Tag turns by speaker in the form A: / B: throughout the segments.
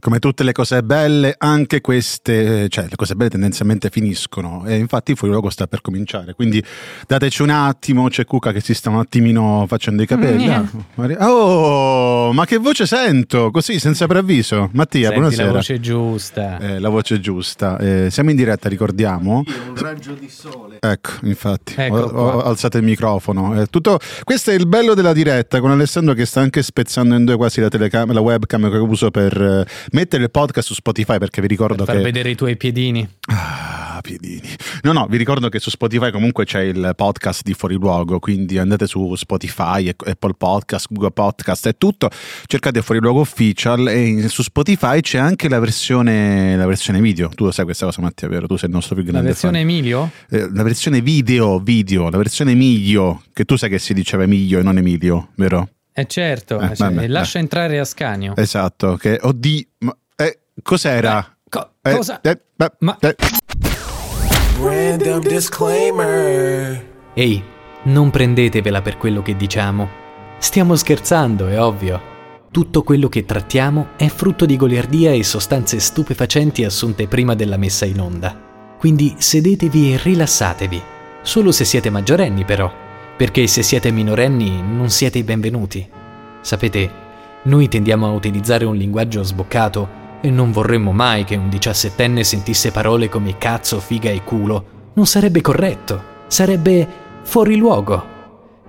A: Come tutte le cose belle, anche queste, cioè le cose belle tendenzialmente finiscono e infatti il fuoriluogo sta per cominciare, quindi dateci un attimo, c'è Cuca che si sta un attimino facendo i capelli.
B: Mm.
A: Ah, Mari- Oh, ma che voce sento, così senza preavviso. Mattia,
C: Senti
A: buonasera.
C: la voce giusta.
A: Eh, la voce giusta. Eh, siamo in diretta, ricordiamo.
B: Un raggio di sole.
A: Ecco, infatti,
C: Ecco
A: ho, ho
C: qua.
A: alzato il microfono. Eh, tutto- Questo è il bello della diretta con Alessandro che sta anche spezzando in due quasi la, telecam- la webcam che uso per eh, mettere il podcast su Spotify perché vi ricordo
C: Per far
A: che...
C: vedere i tuoi piedini.
A: Ah, piedini. No, no, vi ricordo che su Spotify comunque c'è il podcast di Fuori Luogo, quindi andate su Spotify, e- Apple Podcast, Google Podcast e tutto, cercate Fuori Luogo Official e in- su Spotify c'è anche la versione, la versione video. Tu lo sai questa cosa Mattia, vero? Tu sei il nostro più
C: La
A: grande
C: versione Emilio?
A: fan. Eh, la versione video, video, la versione miglio, che tu sai che si diceva miglio e non Emilio, vero?
C: Eh certo,
A: Eh,
C: cioè,
A: vabbè,
C: lascia entrare Ascanio.
A: Esatto, che oddio, ma- eh, cos'era?
C: Co-
A: Eh,
C: cosa?
A: eh, beh,
C: Ma-
A: eh.
D: Random disclaimer.
E: Ehi, non prendetevela per quello che diciamo. Stiamo scherzando, è ovvio. Tutto quello che trattiamo è frutto di goliardia e sostanze stupefacenti assunte prima della messa in onda. Quindi sedetevi e rilassatevi. Solo se siete maggiorenni, però, perché se siete minorenni non siete i benvenuti. Sapete, noi tendiamo a utilizzare un linguaggio sboccato e non vorremmo mai che un diciassettenne sentisse parole come cazzo, figa e culo. Non sarebbe corretto, sarebbe fuori luogo.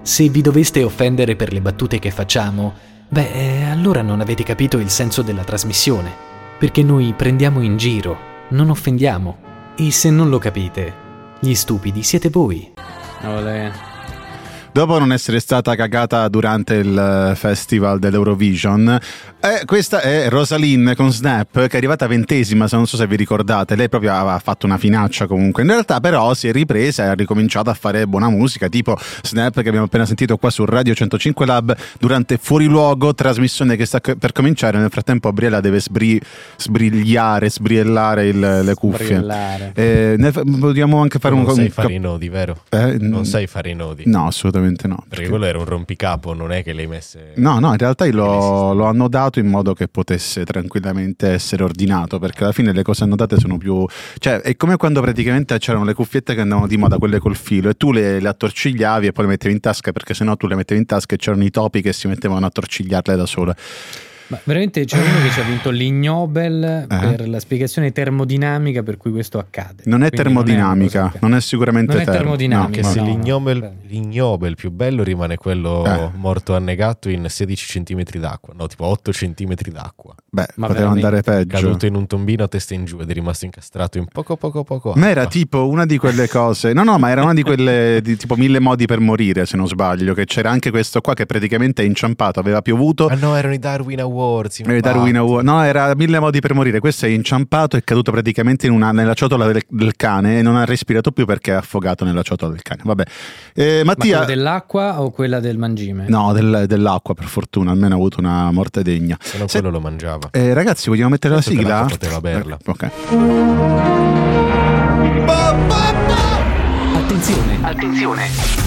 E: Se vi doveste offendere per le battute che facciamo, beh, eh, allora non avete capito il senso della trasmissione, perché noi prendiamo in giro, non offendiamo. E se non lo capite, gli stupidi siete voi.
C: Olè.
A: Dopo non essere stata cagata durante il eh, festival dell'Eurovision, eh, questa è Rosaline con Snap che è arrivata ventesima, se non so se vi ricordate, lei proprio aveva fatto una finaccia comunque, in realtà però si è ripresa e ha ricominciato a fare buona musica, tipo Snap che abbiamo appena sentito qua su Radio 105 Lab durante Fuori Luogo, trasmissione che sta co- per cominciare, nel frattempo Briella deve sbri- sbrigliare, sbriellare il- le cuffie.
C: Brillare.
A: Eh, ne fa- vogliamo anche fare
B: non
A: un...
B: sai
A: un cap-
B: fare i nodi, vero?
A: Eh, n-
B: Non sai fare i nodi.
A: No, assolutamente no.
B: Perché
A: perché-
B: quello era un rompicapo, non è che le hai messe.
A: No, no, in realtà io
B: Quindi
A: l'ho,
B: esiste.
A: l'ho annodato in modo che potesse tranquillamente essere ordinato, perché alla fine le cose annodate sono più... Cioè, è come quando praticamente c'erano le cuffiette che andavano di moda, quelle col filo, e tu le, le attorcigliavi e poi le mettevi in tasca, perché sennò tu le mettevi in tasca e c'erano i topi che si mettevano a attorcigliarle da sole.
C: Ma veramente c'è uno che ci ha vinto l'Ignobel
A: Ah.
C: per la spiegazione termodinamica per cui questo accade.
A: Non è
C: Quindi
A: termodinamica,
C: una
A: non
C: cosa
A: è,
C: che-
A: sicuramente
C: Non è
A: termo-
C: termodinamica,
B: Che
A: no,
C: sì.
B: se
C: no,
B: l'ignobel,
C: no, beh.
B: l'ignobel più bello rimane quello
A: Eh.
B: morto annegato in 16 cm d'acqua, no, tipo 8 cm d'acqua.
A: Beh,
C: Ma
A: poteva andare peggio.
B: Caduto in un tombino a testa in giù ed è rimasto incastrato in poco poco poco.
A: Ma era
B: acqua.
A: tipo una di quelle cose, no, no, ma era una di quelle di tipo mille modi per morire, se non sbaglio, che c'era anche questo qua che praticamente è inciampato, aveva piovuto,
B: Ah no, erano i Darwin Awards.
A: Eh,
B: infatti.
A: Darwin Award. No, era mille modi per morire. Questo è inciampato, è caduto praticamente in una- nella ciotola del, del cane e non ha respirato più perché è affogato nella ciotola del cane. Vabbè, Eh,
C: Ma quella
A: Mattia.
C: dell'acqua o quella del mangime?
A: No, del- dell'acqua per fortuna, almeno ha avuto una morte degna.
B: Se no
A: Se-
B: quello lo mangiava.
A: Eh, ragazzi, vogliamo mettere la
B: Tanto che
A: sigla?
B: l'acqua poteva berla.
A: Eh, ok.
E: Attenzione,
F: Attenzione,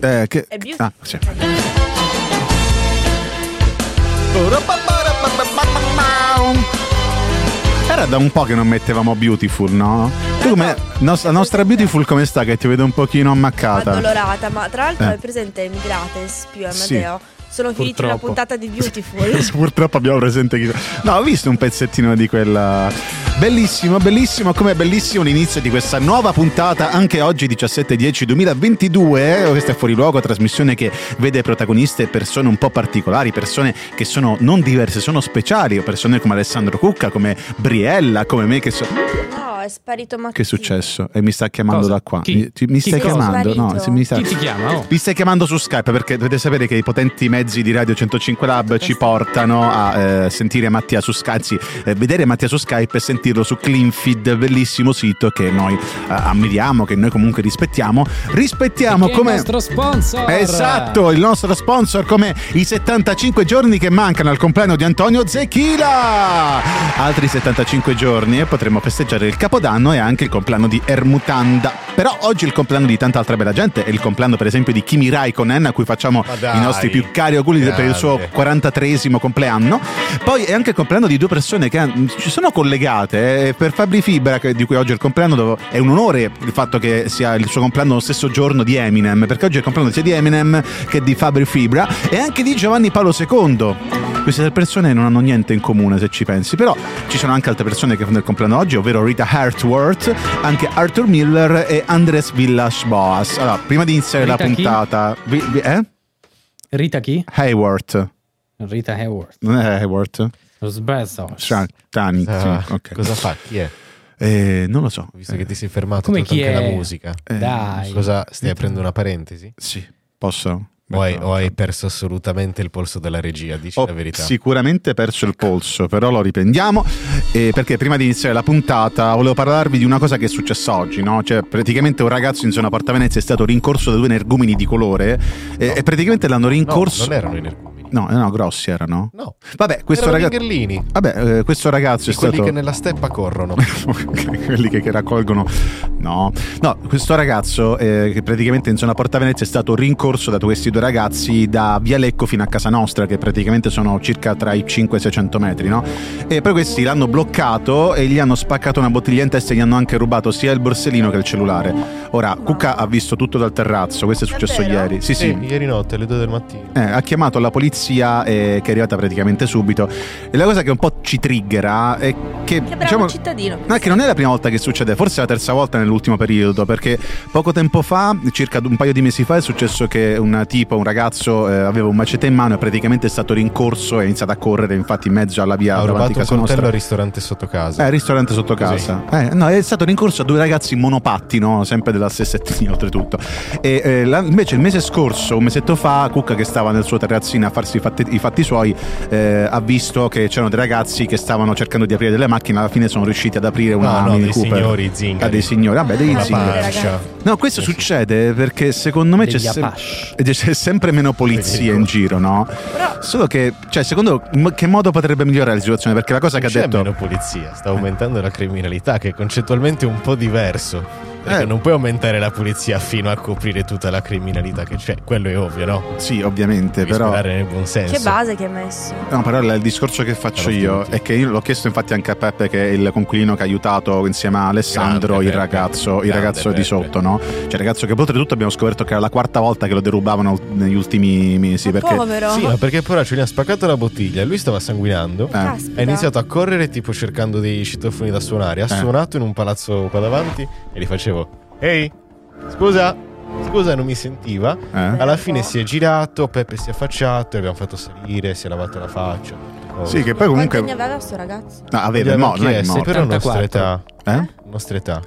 A: Eh, che...
G: È beautiful.
A: Ah, sì. Era da un po' che non mettevamo Beautiful, no?
G: Eh,
A: Tu come... nos- la nostra Beautiful come sta? Che ti vedo un pochino ammaccata.
G: Addolorata, ma tra l'altro
A: Eh.
G: è presente Migrates più
A: Sì.
G: Amadeo. Sono finiti
C: Purtroppo.
G: una puntata di Beautiful.
A: Purtroppo abbiamo presente chi... No, ho visto un pezzettino di quella... Bellissimo, bellissimo, come è bellissimo l'inizio di questa nuova puntata, anche oggi 17-10-2022, Eh, questa è Fuori Luogo, trasmissione che vede protagoniste persone un po' particolari, persone che sono non diverse, sono speciali, o persone come Alessandro Cucca, come Briella, come me che so...
G: No, è sparito Mattino.
A: Che è successo? E mi sta chiamando
C: Cosa?
A: da qua.
C: Chi?
A: Mi, ti- mi
C: Chi
A: stai
C: cosa?
A: chiamando? No,
G: Sparito.
A: sì, mi, sta-
C: Chi ti chiama? Oh.
A: mi stai chiamando su Skype perché dovete sapere che i potenti mezzi di Radio 105 Lab ci portano a eh, sentire Mattia su Skype, anzi, eh, vedere Mattia su Skype e sentirlo su Cleanfeed, bellissimo sito che noi eh, ammiriamo, che noi comunque rispettiamo. Rispettiamo
C: Chi è il
A: come.
C: nostro sponsor.
A: Esatto, il nostro sponsor come i 75 giorni che mancano al compleanno di Antonio Zechila. Altri 75 giorni e potremo festeggiare il Capodanno e anche il compleanno di Ermutanda. Però oggi è il compleanno di tanta altra bella gente è il compleanno per esempio di Kimi Raikkonen a cui facciamo
B: Ma dai.
A: i nostri più cari auguri per il suo
B: Grande.
A: 43esimo compleanno. Poi è anche il compleanno di due persone che han- ci sono collegate. eh, Per Fabri Fibra, che- di cui oggi è il compleanno, dove- è un onore il fatto che sia il suo compleanno lo stesso giorno di Eminem, perché oggi è il compleanno sia di Eminem che di Fabri Fibra e anche di Giovanni Paolo II. Queste tre persone non hanno niente in comune se ci pensi, però ci sono anche altre persone che fanno il compleanno oggi, ovvero Rita Hartworth, anche Arthur Miller e Andres Villas Boas. Allora, prima di iniziare
C: Rita
A: la
C: chi?
A: puntata, vi- vi- eh?
C: Rita chi?
A: Hayworth.
C: Rita Hayworth.
A: Non è Hayworth?
C: Lo sbrezzo.
A: Tran- Tran-
B: Ah,
A: sì, ok.
B: Cosa fa? Chi è?
A: Eh, non lo so.
B: Visto
A: Eh,
B: che ti sei fermato
C: Come
B: tanto
C: chi
B: anche
C: è?
B: la musica.
A: eh,
C: Dai.
B: Cosa stai aprendo una parentesi?
A: Sì, posso?
B: O hai,
A: Beh, Oh,
B: o hai perso assolutamente il polso della regia, dici
A: Ho
B: la verità.
A: sicuramente perso il polso, però lo riprendiamo. eh, perché prima di iniziare la puntata volevo parlarvi di una cosa che è successa oggi, no? Cioè, praticamente un ragazzo in zona Porta Venezia è stato rincorso da due energumini di colore eh, e praticamente l'hanno
B: No,
A: rincorso.
B: non erano i nercomini.
A: No, eh, no, grossi erano.
B: No.
A: Vabbè, questo
B: erano
A: ragazzo.
B: gherlini.
A: Vabbè, eh, questo ragazzo è
B: Quelli
A: stato.
B: che nella steppa corrono.
A: quelli che, che raccolgono no no questo ragazzo eh, che praticamente in zona Porta Venezia è stato rincorso da questi due ragazzi da Via Lecco fino a casa nostra che praticamente sono circa tra i 5 e i 600 metri no e poi questi l'hanno bloccato e gli hanno spaccato una bottiglia in testa e gli hanno anche rubato sia il borsellino che il cellulare ora Cucca ha visto tutto dal terrazzo questo è successo
G: Davvero?
A: ieri sì
B: Sì,
A: sì
B: ieri notte alle 2 del mattino.
A: eh, ha chiamato la polizia eh, che è arrivata praticamente subito e la cosa che un po' ci triggera è che,
G: Che bravo
A: diciamo,
G: cittadino.
A: No, è che non è la prima volta che succede, forse è la terza volta nell'ultimo periodo, perché poco tempo fa, circa un paio di mesi fa, è successo che un tipo, un ragazzo, eh, aveva un macete in mano e praticamente è stato rincorso e ha iniziato a correre, infatti, in mezzo alla via
B: ha
A: davanti
B: rubato un
A: casa
B: coltello
A: nostra.
B: al ristorante sotto casa.
A: Eh, ristorante sotto
B: Così.
A: casa. Eh, no, è stato rincorso a due ragazzi monopatti, no? Sempre della stessa etnia, oltretutto. E eh, la- invece il mese scorso, un mesetto fa, Cucca che stava nel suo terrazzino a farsi i fatti, i fatti suoi, eh, ha visto che c'erano dei ragazzi che stavano cercando di aprire delle macchine, alla fine sono riusciti ad aprire una
B: Ah, no, no,
A: Mini
B: dei
A: Cooper.
B: signori zingari.
A: Ah, dei signori, vabbè, degli
G: Una
B: La
A: zingari.
B: pancia.
A: No, questo
B: Sì, sì.
A: succede perché secondo me c'è,
C: Degli
A: sem-
C: Apache.
A: e c'è sempre meno polizia
B: Vedi,
A: in giro, no?
G: Però
A: Solo che, cioè, secondo m- che modo potrebbe migliorare la situazione? Perché la cosa
B: Non
A: che ha
B: c'è
A: detto...
B: meno polizia, sta aumentando la criminalità, che è concettualmente un po' diverso. Perché
A: Eh.
B: non puoi aumentare la polizia fino a coprire tutta la criminalità che c'è, quello è ovvio, no?
A: Sì, ovviamente,
B: Devi
A: Eh, però...
B: sperare nel buon senso.
G: che base che hai messo?
A: No, però il discorso che faccio
B: Però
A: io
B: finiti.
A: è che io l'ho chiesto infatti anche a Peppe, che è il conquilino che ha aiutato insieme a Alessandro,
B: Grande
A: il
B: Peppe.
A: ragazzo, il
B: Grande
A: ragazzo di
B: Peppe.
A: sotto, no? Cioè, il ragazzo che poi, oltretutto abbiamo scoperto che era la quarta volta che lo derubavano negli ultimi mesi. Perché.
G: Povero.
B: Sì, ma perché Poraccio gli ha spaccato la bottiglia, lui stava sanguinando.
A: eh,
G: Caspita.
B: Ha iniziato a correre tipo cercando dei citofoni da suonare. Ha
A: Eh.
B: suonato in un palazzo qua davanti e gli facevo: Ehi, scusa, scusa, non mi sentiva.
A: eh.
B: Alla fine si è girato, Peppe si è affacciato, abbiamo fatto salire, si è lavato la faccia. Oh.
A: Sì, che poi comunque.
G: Comunque... Quanti anni aveva sto ragazzo?
A: No, aveva, mo, non è
B: chiesto,
A: morto.
B: però nostra
C: 84.
B: età.
A: Eh?
B: Nostra età.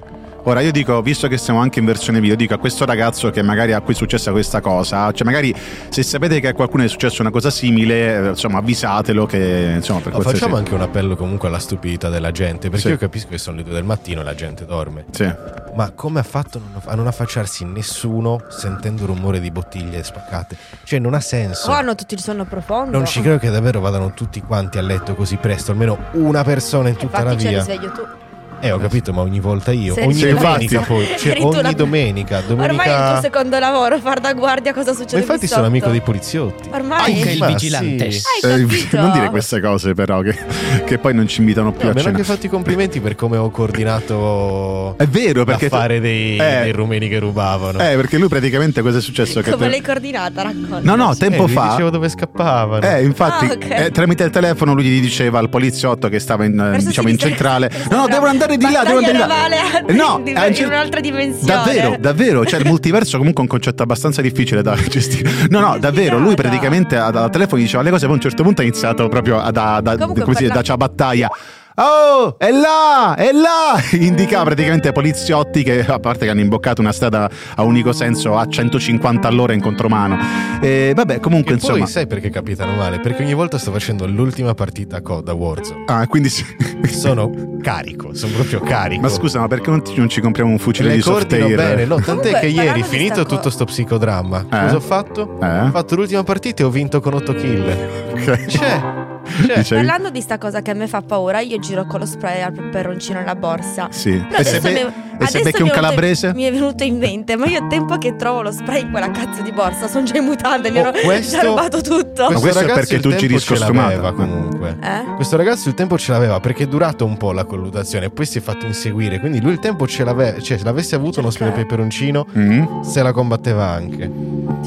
A: Ora io dico, visto che siamo anche in versione video, dico a questo ragazzo che magari a cui è successa questa cosa, cioè magari se sapete che a qualcuno è successa una cosa simile, eh, insomma avvisatelo che insomma per
B: Ma
A: qualsiasi...
B: facciamo anche un appello comunque alla stupidità della gente, perché
A: Sì.
B: io capisco che sono le due del mattino e la gente dorme.
A: Sì.
B: Ma come ha fatto non- a non affacciarsi nessuno sentendo rumore di bottiglie spaccate? Cioè non ha senso.
G: Oh, hanno tutti il sonno profondo.
B: Non ci credo che davvero vadano tutti quanti a letto così presto, almeno una persona in tutta
G: Infatti
B: la
G: c'è il
B: via.
G: risveglio tu.
B: Eh, ho capito, ma ogni volta io,
G: Sì,
B: ogni
G: sì,
B: domenica
G: infatti.
B: poi, cioè,
G: Eri tu
B: ogni
G: la-
B: domenica,
G: Ormai è il tuo
B: domenica.
G: secondo lavoro, far da guardia cosa
B: Ma
G: succede
B: infatti
G: qui
B: sono amico dei
G: sotto.
B: poliziotti. Ah,
G: Ormai
C: Anche il
B: Ma
C: vigilante.
B: sì.
G: Hai capito?
A: Eh, non dire queste cose però, che, che poi non ci invitano più
B: No,
A: a
B: mi hanno
A: cena.
B: anche fatto i complimenti per come ho coordinato
A: È vero Eh, perché...
B: l'affare dei,
A: Eh.
B: dei rumeni che rubavano.
A: Eh, perché lui praticamente cosa è successo? Che
G: Come
A: te-
G: l'hai coordinata, racconta.
A: No, no,
B: Eh,
A: tempo
B: gli
A: fa...
B: dicevo dove scappavano.
A: Eh, infatti,
G: Ah, ok.
A: eh, tramite il telefono lui gli diceva al poliziotto che stava in, eh,
G: Verso
A: diciamo, in
G: sinistra.
A: centrale: No, no,
G: Sembra
A: devono andare di là,
G: battaglia
A: devono andare di là.
G: navale a-
A: Eh, no,
G: di-
A: a un
G: in
A: cer-
G: un'altra dimensione.
A: Davvero, davvero. Cioè, il multiverso comunque è un concetto abbastanza difficile da gestire. No, no, davvero. Lui praticamente ad- al telefono gli diceva le cose, poi a un certo punto ha iniziato proprio a da, da,
G: Comunque
A: come si dice,
G: parla-
A: da ciabattaia. Oh, è là, è là! Indica praticamente poliziotti che, a parte che hanno imboccato una strada a unico senso a 150 all'ora in contromano. E vabbè, comunque,
B: E
A: insomma.
B: poi sai perché capitano male? Perché ogni volta sto facendo l'ultima partita a coda Warzone.
A: Ah, quindi. sì.
B: Sono carico, sono proprio carico.
A: Ma scusa, ma perché non, ti- non ci compriamo un fucile
B: le
A: di
B: coordino
A: softair?
B: bene, no, tant'è
G: Comunque,
B: che ieri
G: parlando di
B: finito
G: sta co-
B: tutto sto psicodramma.
A: Eh?
B: Cosa ho fatto?
A: Eh?
B: Ho fatto l'ultima partita e ho vinto con 8 kill. Cioè,
A: Ok.
B: C'è, c'è.
A: Dicevi?
G: Parlando di sta cosa che a me fa paura, io giro con lo spray al peperoncino nella borsa.
A: Sì.
G: Però
A: E se,
G: adesso
A: be-
G: mi-
A: e se becchi un
G: adesso mi è venuto-
A: calabrese?
G: Mi è venuto in mente, ma io a tempo che trovo lo spray in quella cazzo di borsa, sono già in mutande, mi
B: Oh,
G: ero
B: questo-
G: già rubato tutto.
A: Ma questo è
B: ragazzo
A: perché
B: il
A: tu
B: tempo
A: giri
B: ce
A: scostumata.
B: l'aveva comunque.
G: Eh?
B: Questo ragazzo il tempo ce l'aveva perché è durata un po' la colludazione, poi si è fatto inseguire, quindi lui il tempo ce l'aveva, cioè se l'avesse avuto uno
G: Eh.
B: spero peperoncino
A: Mm?
B: se la combatteva anche.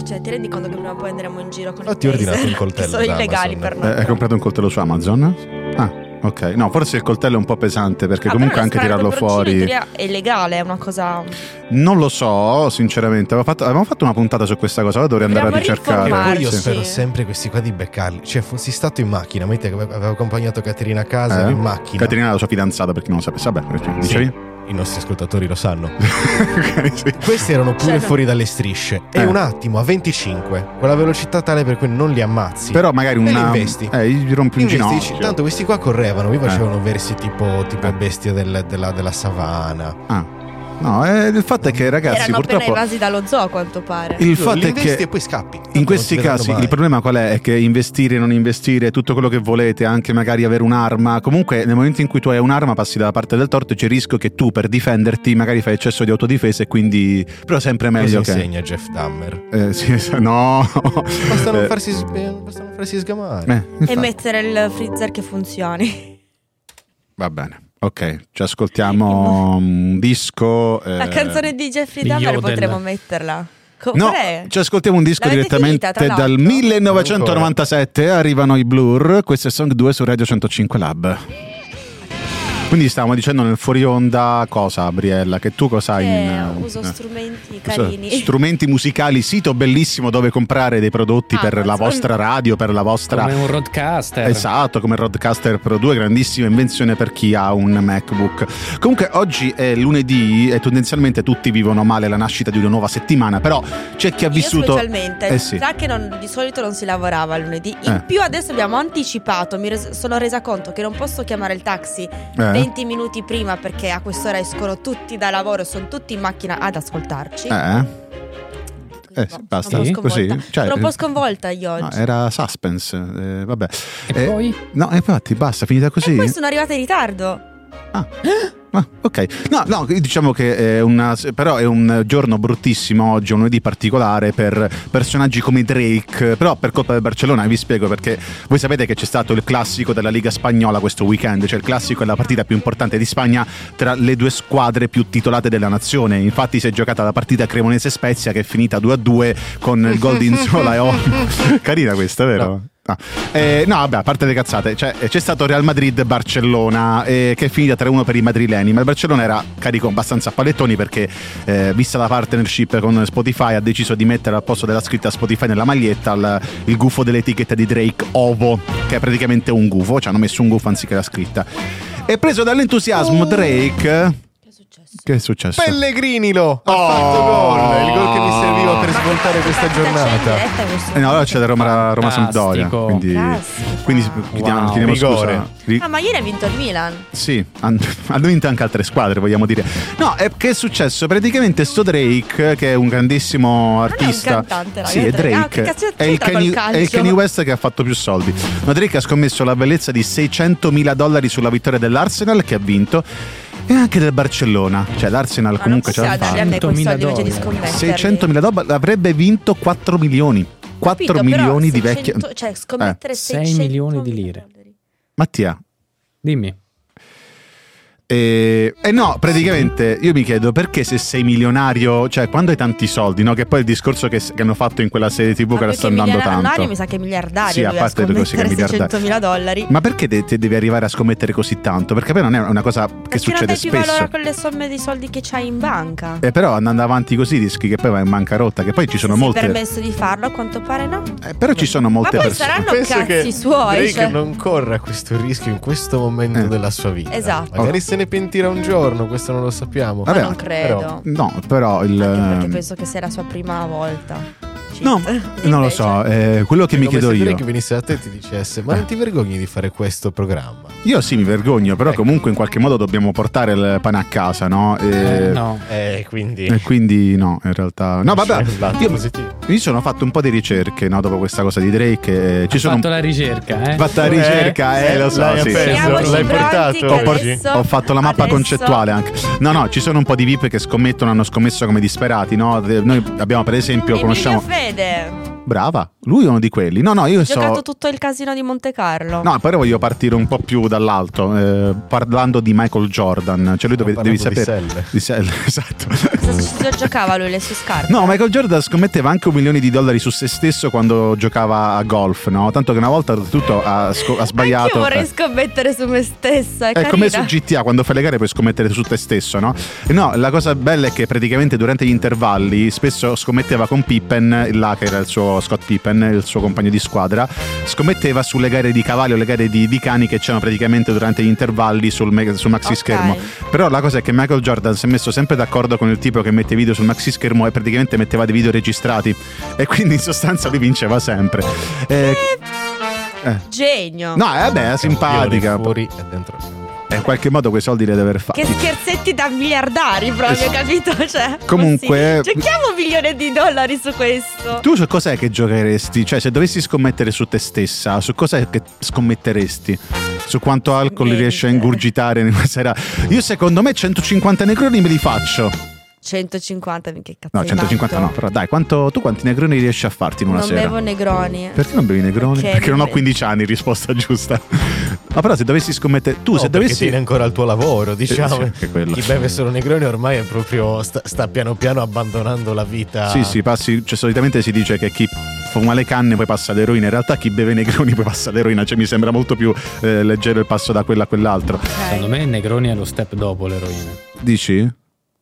G: Cioè, ti rendi conto che prima o poi andremo in giro con
B: Ah,
G: il
B: ti ho ordinato
G: taser,
B: un coltello
G: Che sono
B: da
G: illegali
B: Amazon.
G: per
A: Eh,
G: noi. Ah,
A: hai comprato un coltello su Amazon? Ah, ok. No, forse il coltello è un po' pesante perché
G: Ah,
A: comunque
G: però lo
A: anche
G: spray
A: tirarlo
G: al peperoncino
A: fuori.
G: in teoria è illegale, è una cosa.
A: Non lo so, sinceramente. Avevamo fatto, avevamo fatto una puntata su questa cosa, ora dovrei andare a
G: Dobbiamo
A: ricercare.
B: E poi io
G: Sì.
B: spero sempre questi qua di beccarli. Cioè, fossi stato in macchina, mentre avevo accompagnato Caterina a casa ero in macchina.
A: Eh? Caterina è la sua fidanzata, per chi non lo sapesse. Vabbè, cioè,
B: Sì,
A: dicevi?
B: I nostri ascoltatori lo sanno.
A: Ok, sì.
B: Questi erano pure
G: Cioè, no.
B: fuori dalle strisce.
A: Eh.
B: E un attimo, a 25, con la velocità tale per cui non li ammazzi.
A: Però magari
B: li
A: una.
B: investi.
A: Eh, gli rompi un
B: Invece
A: ginocchio. Eh.
B: dici, tanto questi qua correvano, mi facevano versi tipo, tipo bestie del- della, della savana.
A: Ah. No, eh, il fatto è che, ragazzi,
G: Erano
A: purtroppo.
G: appena invasi dallo zoo, a quanto pare.
A: Il
B: Tu
A: fatto
B: li
A: è
B: investi e
A: che.
B: poi scappi. Tanto
A: In
B: non
A: questi
B: ti vedranno
A: casi
B: mai.
A: il problema qual è? È che investire, non investire, tutto quello che volete, anche magari avere un'arma. Comunque, nel momento in cui tu hai un'arma, passi dalla parte del torto e c'è il rischio che tu per difenderti magari fai eccesso di autodifesa e quindi. Però sempre meglio
B: Cosa
A: che.
B: insegna Jeff Dahmer?
A: Eh, sì, es- no.
B: Basta non
A: Eh,
B: farsi, s- basta non farsi sgamare.
A: eh,
G: E
A: infatti.
G: mettere il freezer che funzioni.
A: Va bene. Ok, ci ascoltiamo un disco. eh,
G: La canzone di Jeffrey
C: di
G: Dahmer
C: Yodel.
G: potremmo metterla. Co-
A: No,
G: qual è?
A: ci ascoltiamo un disco
G: L'avete
A: direttamente
G: finita, tra
A: dal
G: l'altro?
A: 1997. Arrivano i Blur. Questo è Song 2 su Radio 105 Lab. Quindi stavamo dicendo nel fuori onda cosa, Briella? Che tu cosa hai in.
G: Eh,
A: eh,
G: uso strumenti
A: uso
G: carini.
A: strumenti musicali, sito bellissimo dove comprare dei prodotti
G: Ah,
A: per la
G: strumenti.
A: vostra radio, per la vostra
C: Come un roadcaster.
A: Esatto, come Roadcaster Pro 2, grandissima invenzione per chi ha un MacBook. Comunque oggi è lunedì e tendenzialmente tutti vivono male la nascita di una nuova settimana, però c'è chi ha vissuto...
G: Io specialmente,
A: Eh sì.
G: già che non- di solito non si lavorava il lunedì, in
A: Eh.
G: più adesso abbiamo anticipato, mi res- sono resa conto che non posso chiamare il taxi
A: Eh?
G: 20 minuti prima perché a quest'ora escono tutti da lavoro, sono tutti in macchina ad ascoltarci.
A: Eh?
G: Quindi,
A: Eh,
G: boh,
A: sì, basta.
G: sono un po'
A: Così?
G: sconvolta.
A: Cioè-
G: sono un po' sconvolta io
A: No,
G: oggi.
A: era suspense, eh, vabbè.
C: E
A: Eh,
C: poi?
A: No, infatti, basta, finita così.
G: E poi sono arrivata in ritardo.
A: Ah, ok, no, no, diciamo che è una, però è un giorno bruttissimo oggi, un lunedì particolare per personaggi come Drake, però per colpa del Barcellona vi spiego perché voi sapete che c'è stato il classico della Liga Spagnola questo weekend, cioè il classico è la partita più importante di Spagna tra le due squadre più titolate della nazione, infatti si è giocata la partita Cremonese-Spezia che è finita 2-2 con il gol di Inzola e Olmo. Carina questa, vero?
B: No.
A: Ah. Eh, no, vabbè, a parte le cazzate, cioè, eh, c'è stato Real Madrid-Barcellona eh, che è finita 3-1 per i madrileni, ma il Barcellona era carico abbastanza a pallettoni perché, eh, vista la partnership con Spotify, ha deciso di mettere al posto della scritta Spotify nella maglietta il, il gufo dell'etichetta di Drake Ovo, che è praticamente un gufo, cioè hanno messo un gufo anziché la scritta. E preso
B: Oh.
A: dall'entusiasmo Drake...
G: Che è successo?
A: Che è successo?
B: Pellegrinilo ha
A: Oh.
B: fatto gol, il gol che mi serviva per
G: Ma
B: svoltare
G: che
B: questa
G: partita c'è in
B: giornata.
G: diretta questo
A: Eh no, allora c'è la Roma, Roma Sampdoria.
C: Fantastico.
A: Quindi,
G: Caspita.
A: quindi chiediamo,
C: Wow.
A: chiediamo
B: Rigore.
A: scusa. Ri-
G: Ah, ma ieri ha vinto il Milan.
A: Sì, han- hanno vinto anche altre squadre, vogliamo dire. No, è che è successo? Praticamente sto Drake, che è un grandissimo
G: è Ah, un
A: artista.
G: cantante, raga,
A: Sì, è
G: Drake. Ah,
A: Drake.
G: che cazzo
A: è, il
G: c'entra col
A: Kanye,
G: calcio?
A: è il Kanye West che ha fatto più soldi. Ma Drake ha scommesso la bellezza di 600.000 dollari sulla vittoria dell'Arsenal, che ha vinto, e anche del Barcellona. Cioè, l'Arsenal
G: Ma non
A: comunque ce
G: possiamo
A: l'ha
G: dargli a
A: fatta.
G: me quei
C: 100.000
G: soldi invece di
C: dollari.
G: scommettere.
A: 600.000 dollari, avrebbe vinto 4 milioni. 4 milioni di vecchie.
G: Cioè, scommettere
C: Eh. 6
G: 600
C: milioni di lire.
G: dollari.
A: Mattia,
C: Dimmi.
A: E, e Eh, no, praticamente io mi chiedo perché se sei milionario, cioè quando hai tanti soldi, no? Che poi il discorso che, che hanno fatto in quella serie TV
G: Ma
A: che
G: più
A: adesso sta
G: che
A: andando
G: milionario,
A: tanto.
G: Ah, mi sa che è miliardario.
A: Sì, a
G: doveva
A: parte quello che sia
G: scommettere
A: miliardario.
G: 600.000 dollari.
A: Ma perché de- te devi arrivare a scommettere così tanto? Perché poi non è una cosa che
G: Perché non
A: succede
G: dai più valore a
A: spesso.
G: quelle somme di soldi che c'hai in banca?
A: E però andando avanti così rischi che poi vai in bancarotta, che poi ci sono
G: Se si è
A: molte...
G: permesso di farlo, a quanto pare no.
A: eh, però ci sono molte
G: Ma poi
A: persone...
G: saranno
B: Penso
G: cazzi
B: che
G: suoi.
B: Drake
G: Cioè.
B: non corra questo rischio in questo momento
A: Eh.
B: della sua vita.
G: Esatto.
B: Magari se ne pentirà un giorno, questo non lo sappiamo.
A: Vabbè,
G: ma non credo.
B: però-
A: No, però il... ehm,
G: Anche perché penso che sia la sua prima volta. Cioè,
A: No, non lo so, eh, quello che
B: È
A: mi
B: come
A: chiedo
B: se
A: io...
B: Drake venisse da te e ti dicesse: Ma non ti vergogni di fare questo programma?
A: Io sì mi vergogno, però
B: Ecco.
A: comunque in qualche modo dobbiamo portare il pane a casa, no? E...
C: Eh, no.
B: Eh, quindi.
A: E quindi no, in realtà... No, vabbè,
B: Cioè,
C: esatto.
B: lato
A: io
B: positivo.
A: mi sono fatto un po' di ricerche, no? Dopo questa cosa di Drake. eh, Ci
C: Ho
A: sono...
C: fatto la ricerca, eh.
A: Fatta la ricerca, eh, lo so,
B: l'hai
A: sì.
B: appeso,
G: Siamoci
B: l'hai
G: pronti
B: portato
G: che
A: Ho, por-
B: oggi?
G: adesso-
A: ho fatto la mappa
G: adesso-
A: concettuale anche. No, no, ci sono un po' di VIP che scommettono, hanno scommesso come disperati, no? De- Noi abbiamo per esempio,
G: Emilio
A: conosciamo...
G: Fede,
A: Brava, lui è uno di quelli. No, no, io so...
G: giocato tutto il casino di Monte Carlo.
A: No, però voglio partire un po' più dall'alto, eh, parlando di Michael Jordan. Cioè lui dove-
B: Parlando
A: devi
B: di
A: sapere...
B: Selle.
A: Di Selle, esatto.
G: Cosa ci si giocava lui le sue scarpe?
A: No, Michael Jordan scommetteva anche un milione di dollari su se stesso quando giocava a golf, no? Tanto che una volta tutto ha, sco- ha
G: Anch'io
A: sbagliato.
G: vorrei
A: Eh.
G: scommettere su me stessa. È,
A: È come su
G: carina.
A: GTA, quando fai le gare puoi scommettere su te stesso, no? E No, la cosa bella è che praticamente durante gli intervalli spesso scommetteva con Pippen, là che era il suo Scott Pippen, il suo compagno di squadra, scommetteva sulle gare di cavalli o le gare di, di cani che c'erano praticamente durante gli intervalli sul, me- sul maxi
G: Ok.
A: schermo. Però la cosa è che Michael Jordan si è messo sempre d'accordo con il tipo che mette i video sul maxi schermo e praticamente metteva dei video registrati e quindi in sostanza lui vinceva sempre. Eh, eh.
G: Genio.
A: No, eh, vabbè, è
B: Io
A: simpatica.
B: lì Fuori e dentro. sempre.
A: Eh, In qualche modo quei soldi li deve aver fatti.
G: Che scherzetti da miliardari proprio, capito? Cioè,
A: Comunque-
G: così. Cerchiamo un milione di dollari su questo.
A: Tu su cos'è che giocheresti? Cioè, se dovessi scommettere su te stessa, su cos'è che scommetteresti? Su quanto alcol
G: Niente.
A: riesci a ingurgitare in una sera? Io secondo me 150 negroni me li faccio.
G: 150, minchia, che cazzo.
A: No,
G: hai
A: 150 no,
G: fatto?
A: però dai, quanto- tu quanti negroni riesci a farti in una
G: Non
A: sera?
G: bevo negroni.
A: Perché non bevi negroni?
G: Perché
A: Perché, non ho
G: bevo-
A: 15 anni, risposta giusta. Ma però se dovessi scommettere... Tu
B: No,
A: se
B: perché
A: dovessi...
B: tieni ancora il tuo lavoro, diciamo.
A: sì, anche quello.
B: Chi beve solo negroni ormai è proprio. Sta, sta piano piano abbandonando la vita.
A: Sì, sì, passi, cioè, solitamente si dice che chi fuma le canne poi passa all'eroina, in realtà chi beve negroni poi passa all'eroina, cioè mi sembra molto più eh, leggero il passo da quello a quell'altro.
G: Ok.
C: Secondo me Negroni è lo step dopo l'eroina.
A: Dici?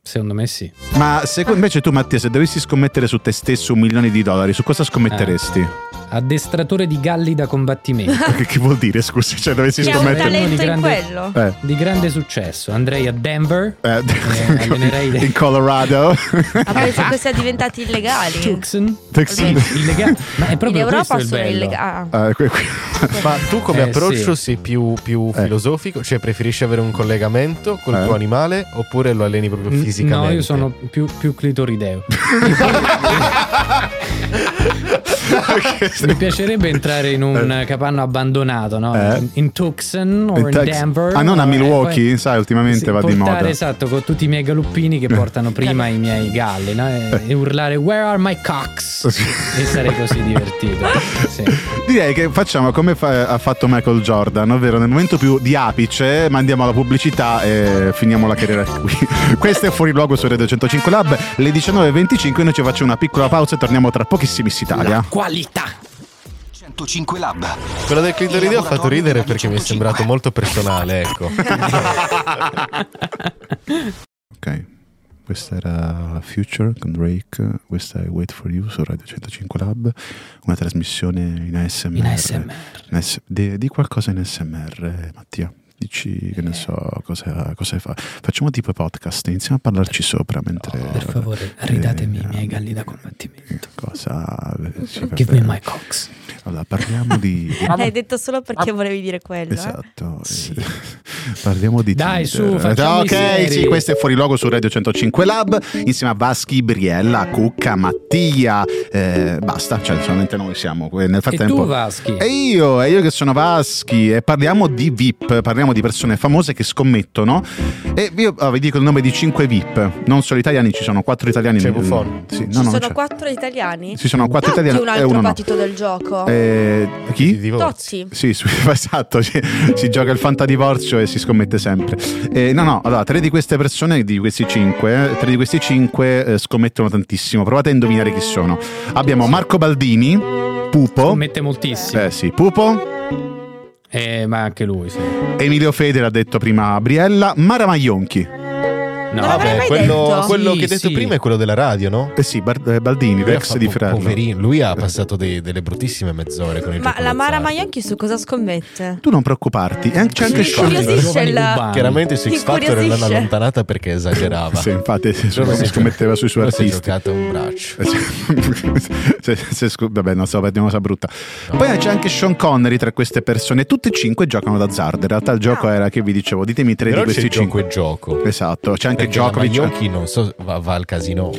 C: Secondo me sì.
A: Ma seco- invece tu Mattia, se dovessi scommettere su te stesso un milione di dollari, su cosa scommetteresti?
G: Eh.
C: Addestratore di galli da combattimento.
A: Che, che vuol dire, scusi? Cioè dovessi
G: Che ha un
A: scommettere...
C: Uno
G: talento
C: di
G: in
C: grande-
G: quello.
A: Eh,
C: Di grande successo. Andrei a Denver.
A: eh,
C: allenerei dei-
A: in Colorado.
G: Ma penso che siano diventati illegali.
C: Tucson.
A: Texas.
C: Illegale. Ma è
G: In
C: proprio questo
G: Europa
C: il
G: sono
C: bello.
G: illegali. Ah,
A: Eh, que- que-
B: Ma tu come
C: Eh,
B: approccio
C: sì.
B: sei più, più
A: Eh.
B: filosofico? Cioè preferisci avere un collegamento col
A: Eh.
B: tuo animale oppure lo alleni proprio fisicamente?
C: No, io sono più, più clitorideo. Mi piacerebbe entrare in un eh, capanno abbandonato, no?
A: Eh.
C: In- In Tucson o in,
A: in Texas.
C: Denver.
A: Ah, non a
C: o- e
A: Milwaukee,
C: poi-
A: sai, ultimamente
C: sì,
A: va di
C: portare,
A: moda.
C: Esatto, con tutti i miei galuppini che portano prima i miei galli, no? E,
A: Eh.
C: e urlare Where are my cocks?
A: Sì.
C: E sarei così divertito. Sì.
A: Direi che facciamo come fa- ha fatto Michael Jordan, ovvero nel momento più di apice mandiamo la pubblicità e finiamo la carriera qui. Questo è Fuori Luogo su Radio 105 Lab, le 19.25 noi ci facciamo una piccola pausa e torniamo tra pochissimi si taga.
C: Qualità.
F: 105 Lab.
B: Quello del clitorideo ha fatto ridere perché mi è sembrato molto personale, ecco.
A: Ok, questa era Future con Drake, questa è Wait For You su Radio 105 Lab, una trasmissione in ASMR.
C: In ASMR.
A: In AS- di, di qualcosa in ASMR, eh, Mattia. Dici
C: Eh.
A: che ne so cosa, cosa fa. Facciamo tipo podcast, iniziamo a parlarci sopra mentre...
C: Per favore, ridatemi i miei galli da combattimento.
A: Cosa... eh, sì, va
C: Give me
A: bene.
C: my cocks.
A: Allora, parliamo di...
G: L'hai detto solo perché volevi dire quello. eh?
A: Ah, Esatto, eh, parliamo di
C: Dai,
A: Tinder.
C: su, facciamo
A: Ok,
C: i seri.
A: sì, questo è fuori luogo su Radio 105 Lab insieme a Vaschi, Briella, Cucca, Mattia. eh, basta, cioè solamente noi siamo qui. Nel
C: E
A: frattempo
C: tu Vaschi?
A: E io, e io che sono Vaschi e parliamo di VIP, parliamo parliamo di persone famose che scommettono. E io ah, vi dico il nome di 5 VIP, non solo italiani, ci sono 4 italiani.
B: C'è Buffon.
A: Sì, no,
G: Ci
A: no, non
G: sono
A: c'è.
G: quattro italiani?
A: Ci sono 4
G: Totti è
A: italiani
G: un
A: e
G: altro
A: uno no.
G: patito del gioco.
A: Eh, chi?
G: Totti.
A: Sì, su- esatto, ci- si gioca il fantadivorzio e si scommette sempre. Eh, no, no, allora, tre di queste persone, di questi cinque, eh, tre di questi cinque eh, scommettono tantissimo. Provate a indovinare chi sono. Abbiamo Marco Baldini, Pupo,
C: Commette moltissimo.
A: eh sì, Pupo,
C: Eh, ma anche lui, sì.
A: Emilio Feder ha detto prima Briella, Mara Maionchi.
C: No,
G: Non l'avrei
C: vabbè,
G: mai
B: Eh, quello,
G: detto.
B: quello
C: Sì,
B: che hai detto
C: sì.
B: prima è quello della radio, no?
A: Eh sì, Bar- eh, Baldini,
B: Lui ha
A: l'ex
B: fatto-
A: di Frello.
B: poverino, lui ha passato dei- delle bruttissime mezz'ore con il
G: Ma
B: gioco
G: la Mara
B: d'azzardo.
G: Maionchi su cosa scommette?
A: Tu non preoccuparti, e anche- c'è esatto. anche
G: Sì,
A: Schwarz.
G: incuriosisce
C: Giovani
G: la-
C: cubani.
B: Chiaramente su X Factor
G: Incuriosisce.
B: l'hanno allontanata perché esagerava.
A: Ah. Sì, infatti, sì,
B: Però si è
A: scommetteva
B: gio-
A: sui suoi
B: però si è
A: artisti.
B: giocato un braccio.
A: se, se scu- vabbè, non so, perdiamo una brutta. Poi c'è anche Sean Connery tra queste persone. Tutte e cinque giocano d'azzardo. In realtà il gioco
G: Ah.
A: era che vi dicevo, ditemi tre
B: Però
A: di
B: c'è
A: questi
B: il
A: cinque.
B: gioco e gioco.
A: Esatto, c'è anche
B: Perché
A: gioco.
B: la Maionchi non so, va, va al casino.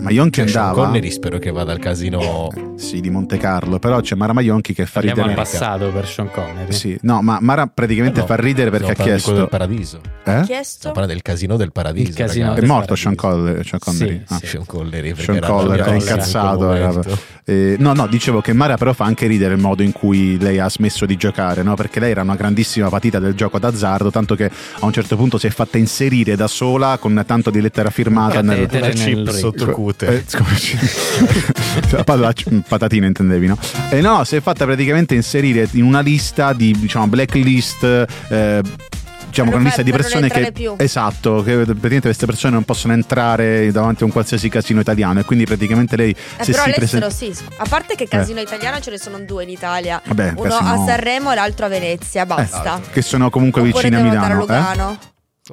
A: Ma Ionchi
B: Cioè, Sean
A: andava. Eh,
B: Connery spero che vada al casino.
A: Sì, di Monte Carlo. Però c'è Mara Maionchi che fa
C: Andiamo al
A: ridere.
C: passato per Sean Connery.
A: Sì, no, ma Mara praticamente
B: No,
A: fa ridere perché ha
B: stiamo parlando di quello
A: chiesto.
B: del paradiso.
A: Eh?
G: Chiesto?
B: Stiamo parlando del casino del paradiso.
C: Il casino
A: È
B: ragazzi.
C: del
A: morto
C: paradiso.
A: Sean Connery. Sean Connery.
C: Sì,
A: Ah.
C: sì.
B: Sean Connery. perché
A: Sean
B: era
A: Connery,
B: arrabbiato
A: è
B: in quel
A: incazzato,
B: momento.
A: era- Eh, no, no, dicevo che Mara però fa anche ridere il modo in cui lei ha smesso di giocare, no? perché lei era una grandissima patita del gioco d'azzardo, tanto che a un certo punto si è fatta inserire da sola con tanto di lettera firmata nel...
C: Catetere
B: Una chip
C: nel re.
B: sotto
A: Eh,
B: cute.
A: scusa, ci- Cioè, la pat- la c- patatina intendevi no? E no, si è fatta praticamente inserire in una lista di diciamo blacklist eh, diciamo
G: Per
A: con una
G: non-
A: lista di
G: per non
A: persone che
G: entrare più.
A: esatto che praticamente queste persone non possono entrare davanti a un qualsiasi casino italiano e quindi praticamente lei
G: Eh,
A: se
G: però
A: si
G: all'estero
A: presenta
G: sì. A parte che casino italiano ce ne sono due in Italia.
A: Vabbè,
G: Uno
A: Eh. casino- Eh,
G: a Sanremo e l'altro a Venezia, basta.
A: che sono comunque
G: Oppure
A: vicine a
G: devono andare
A: Milano eh?
G: Lugano.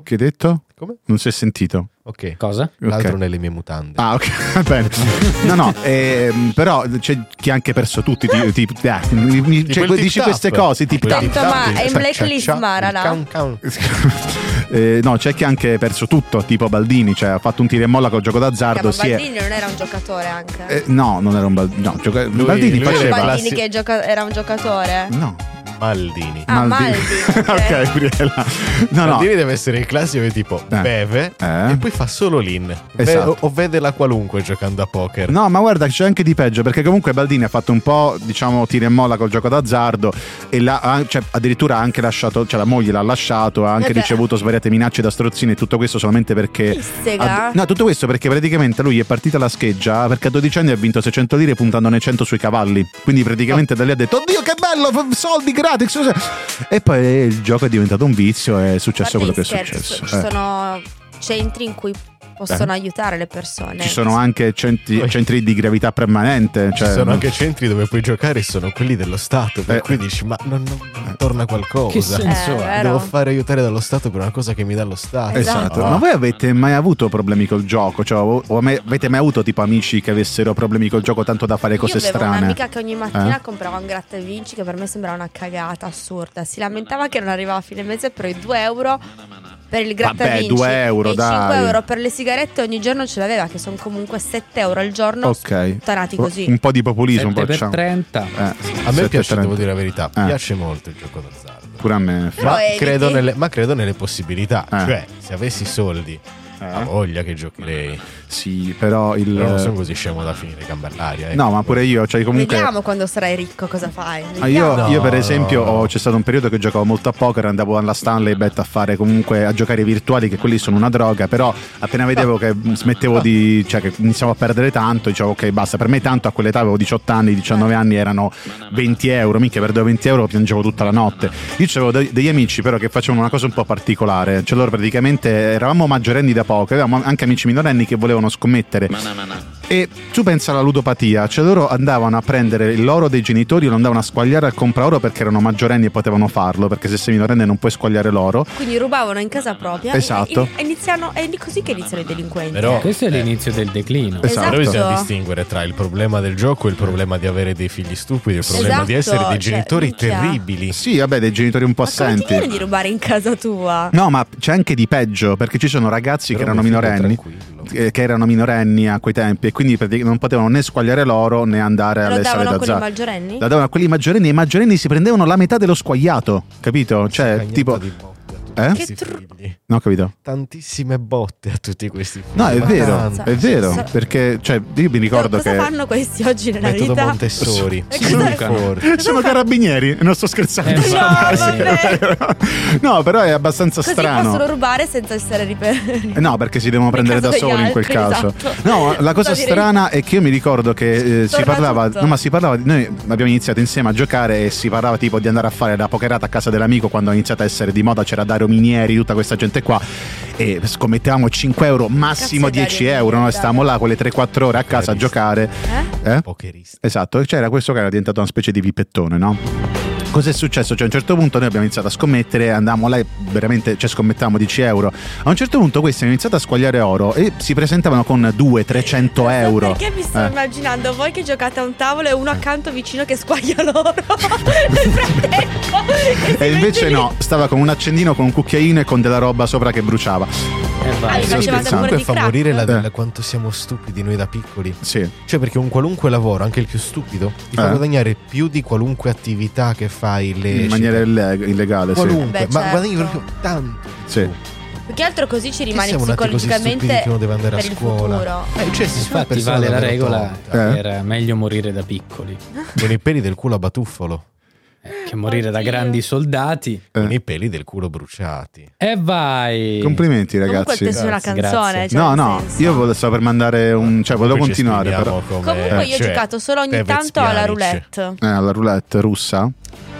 A: che hai detto?
B: Come?
A: non si è sentito
B: Ok.
C: Cosa?
A: Ok.
B: L'altro nelle mie mutande.
A: Ah, ok, va bene. No, no, ehm, però c'è chi ha anche perso tutti. Ti, ti- eh, mi- mi- cioè,
B: il
A: dici
B: tip-tap.
A: queste cose, Cioè, tip
B: Quel
A: tap.
G: Tanto, ma
B: tip-tap,
G: è in
B: cia-
G: blacklist
B: cia-
G: Mara,
B: il
G: là.
B: count- count.
A: Eh, no, c'è chi ha anche perso tutto, tipo Baldini, cioè ha fatto un tiro e molla col gioco d'azzardo.
G: Chiama
A: Si è...
G: Baldini non era un giocatore anche.
A: eh, no, non era un Baldini. No, gioca- Baldini
B: lui
G: Non era
A: faceva.
G: Baldini
B: Classi-
G: che gioca- era un giocatore.
A: No.
B: Maldini.
G: Ah, Maldi.
A: ok, Briella. No, no.
B: Maldini deve essere il classico tipo
A: Eh.
B: beve
A: Eh.
B: e poi fa solo l'in. Ve-
A: Esatto.
B: o, o vede la qualunque giocando a poker.
A: No, ma guarda, c'è anche di peggio, perché comunque Baldini ha fatto un po', diciamo, tira e molla col gioco d'azzardo e l'ha- ha- cioè, addirittura ha anche lasciato, cioè la moglie l'ha lasciato, ha anche
G: Eh beh.
A: ricevuto svariate minacce da strozzini e tutto questo solamente perché...
G: Chi sega?
A: ha- no, tutto questo perché praticamente lui è partita la scheggia perché a 12 anni ha vinto 600 lire puntandone 100 sui cavalli. Quindi praticamente da lì ha detto, oddio che bello, f- soldi gratis. cosa-" E poi eh, il gioco è diventato un vizio e è successo quello
G: Guarda,
A: che è
G: scherzo,
A: successo.
G: Ci
A: Eh.
G: sono centri in cui possono aiutare le persone.
A: Ci sono anche centri, centri di gravità permanente.
B: Ci
A: cioè,
B: sono
A: non-
B: anche centri dove puoi giocare, sono quelli dello Stato. Per
A: Eh.
B: cui dici, ma non, non- non torna
C: Che
B: qualcosa.
G: Eh,
C: senso ha?
G: vero.
B: Devo fare aiutare dallo Stato per una cosa che mi dà lo Stato.
A: Esatto,
B: Ah.
A: ma voi avete mai avuto problemi col gioco? Cioè, o- o mai- avete mai avuto tipo amici che avessero problemi col gioco tanto da fare cose
G: Io avevo
A: strane? eh.
G: un'amica che ogni mattina comprava un gratta e vinci che per me sembrava una cagata assurda. Si lamentava che non arrivava a fine mese però i 2 euro per il gratta
A: Vabbè,
G: e vinci.
A: due euro,
G: e i
A: dai.
G: 5 euro per le sigarette ogni giorno ce l'aveva, che sono comunque 7 euro al giorno.
A: Ok. Oh,
G: Tanati così.
A: Un po' di populismo, un po'
C: 7 per
A: c'è.
C: 30.
A: Eh,
B: A me
A: 7,30.
B: piace, devo dire la verità,
A: Eh.
B: piace molto il gioco d'azzardo.
A: Pure a me.
G: Però
B: Ma
G: eviti.
B: credo, nelle, ma credo nelle possibilità.
A: Eh.
B: Cioè, se avessi soldi, ha voglia che giocherei.
A: Sì, però il.
B: Ah, oh. Però non sono così scemo da finire i gambe all'aria. ecco.
A: No, ma pure io, cioè comunque.
G: Vediamo quando sarai ricco cosa fai.
A: Ah, io,
G: Vediamo.
A: io, per
B: No.
A: esempio ho- c'è stato un periodo che giocavo molto a poker, andavo alla Stanley Bet a fare comunque a giocare ai virtuali che quelli sono una droga, però appena vedevo che smettevo di cioè che iniziavo a perdere tanto, dicevo ok basta, per me tanto a quell'età avevo 18 anni, 19 anni erano 20 euro, minchia perdevo 20 euro, piangevo tutta la notte. Io avevo de- degli amici però che facevano una cosa un po' particolare, cioè loro praticamente eravamo maggiorenni da poco, avevamo anche amici minorenni che volevano scommettere. E tu pensa alla ludopatia, cioè loro andavano a prendere l'oro dei genitori, lo andavano a squagliare al compraoro perché erano maggiorenni e potevano farlo, perché se sei minorenne non puoi squagliare l'oro.
G: Quindi rubavano in casa propria.
A: Esatto.
G: E, e iniziano, è così che iniziano i delinquenti.
B: Però-
C: Questo è
B: Eh.
C: l'inizio del declino.
A: Esatto.
B: Però bisogna distinguere tra il problema del gioco e il problema di avere dei figli stupidi, e il problema
G: Esatto,
B: di essere dei
G: cioè,
B: genitori
G: minchia.
B: terribili.
A: Sì, vabbè, dei genitori un po'
G: Ma come ti
A: assenti.
G: viene di rubare in casa tua?
A: No, ma c'è anche di peggio, perché ci sono ragazzi
B: Però
A: che erano
B: mi fido
A: minorenni.
B: tranquillo.
A: eh, Che erano minorenni a quei tempi e quindi praticamente non potevano né squagliare l'oro né andare
G: Te lo
A: alle sale
G: davano con i
A: d'azzardo.
G: maggiorenni?
A: La davano a quelli maggiorenni e i maggiorenni si prendevano la metà dello scagliato, capito? Cioè,
B: Cagnata
A: tipo,
B: di botte.
A: Eh?
B: questi
G: Che tru-
B: figli.
A: No, ho capito.
B: Tantissime botte a tutti questi figli.
A: No, è vero,
G: Mazza.
A: è vero.
G: So-
A: Perché, cioè, io mi ricordo
G: cosa
A: che.
G: fanno questi oggi nella
B: Metodo
G: vita?
B: Montessori.
G: Eh, cosa-
B: Educano.
A: Sono carabinieri, non sto scherzando.
C: Eh,
G: No, vabbè.
A: No, però è abbastanza
G: Così
A: strano.
G: possono rubare senza essere ripetuti.
A: Eh, No, perché si devono prendere da
G: caso degli
A: soli in quel
G: altri,
A: caso.
G: esatto.
A: No, la cosa
G: Da dire-
A: strana è che io mi ricordo che eh, si
G: Torna
A: parlava.
G: tutto.
A: No, ma si parlava. di- Noi abbiamo iniziato insieme a giocare e si parlava tipo di andare a fare la pokerata a casa dell'amico quando ha iniziato a essere di moda. C'era Dario Minieri, tutta questa gente qua. E scommettevamo 5 euro, massimo
G: Cazzo, Dario
A: 10
G: Minieri,
A: euro. Noi
G: Dario.
A: stavamo là quelle 3-4 ore a casa a
B: Bravissimo.
A: giocare.
G: Eh?
A: Eh?
B: Pokerista.
A: Esatto, e c'era questo che era diventato una specie di pipettone, no? Cos'è successo? Cioè, a un certo punto noi abbiamo iniziato a scommettere, andavamo là e veramente cioè, scommettiamo 10 euro. A un certo punto questi hanno iniziato a squagliare oro e si presentavano con 200-300 euro.
G: Perché mi sto
A: Eh.
G: immaginando voi che giocate a un tavolo e uno accanto vicino che squaglia loro nel frattempo. si
A: E invece
G: mette lì.
A: no, stava con un accendino, con un cucchiaino e con della roba sopra che bruciava.
C: Eh,
G: Ah,
C: vai.
G: li
A: Sto
G: facevate
A: scherzando.
G: pure
B: Comunque
G: di
B: fa
G: crack.
B: morire la,
A: Eh.
B: la- quanto siamo stupidi noi da piccoli.
A: Sì.
B: Cioè, perché un qualunque lavoro, anche il più stupido, ti fa
A: Eh.
B: guadagnare più di qualunque attività che fai le
A: In maniera ille- illegale, sì.
B: qualunque,
G: Beh,
B: ma
G: certo.
B: guadagni proprio tanto. Eh, di
A: Sì.
B: più.
G: Più che altro così ci rimane
B: siamo nati così
G: psicologicamente
B: stupidi che uno deve andare a
G: per il
B: scuola?
G: futuro.
B: Eh, cioè, se sei una
C: Infatti
B: persona
C: vale la
B: davvero
C: regola
B: tonta,
A: Eh?
C: che era meglio morire da piccoli
B: con i peli del culo a batuffolo,
C: eh, che morire da
G: Oddio.
C: grandi soldati.
A: Eh.
B: con i peli del culo bruciati.
C: E vai!
A: Complimenti,
G: Comunque
A: ragazzi.
G: il testo è una
C: Grazie,
G: canzone.
C: grazie.
G: cioè,
A: no,
G: nel
A: no,
G: senso.
A: io volevo, stavo per mandare un. cioè, volevo
B: Poi ci
A: continuare, però.
B: esprimiamo come-
G: Comunque io ho
B: cioè,
G: giocato solo ogni
B: Tevez
G: tanto alla
B: Pjanic.
G: roulette.
A: Eh, alla roulette russa?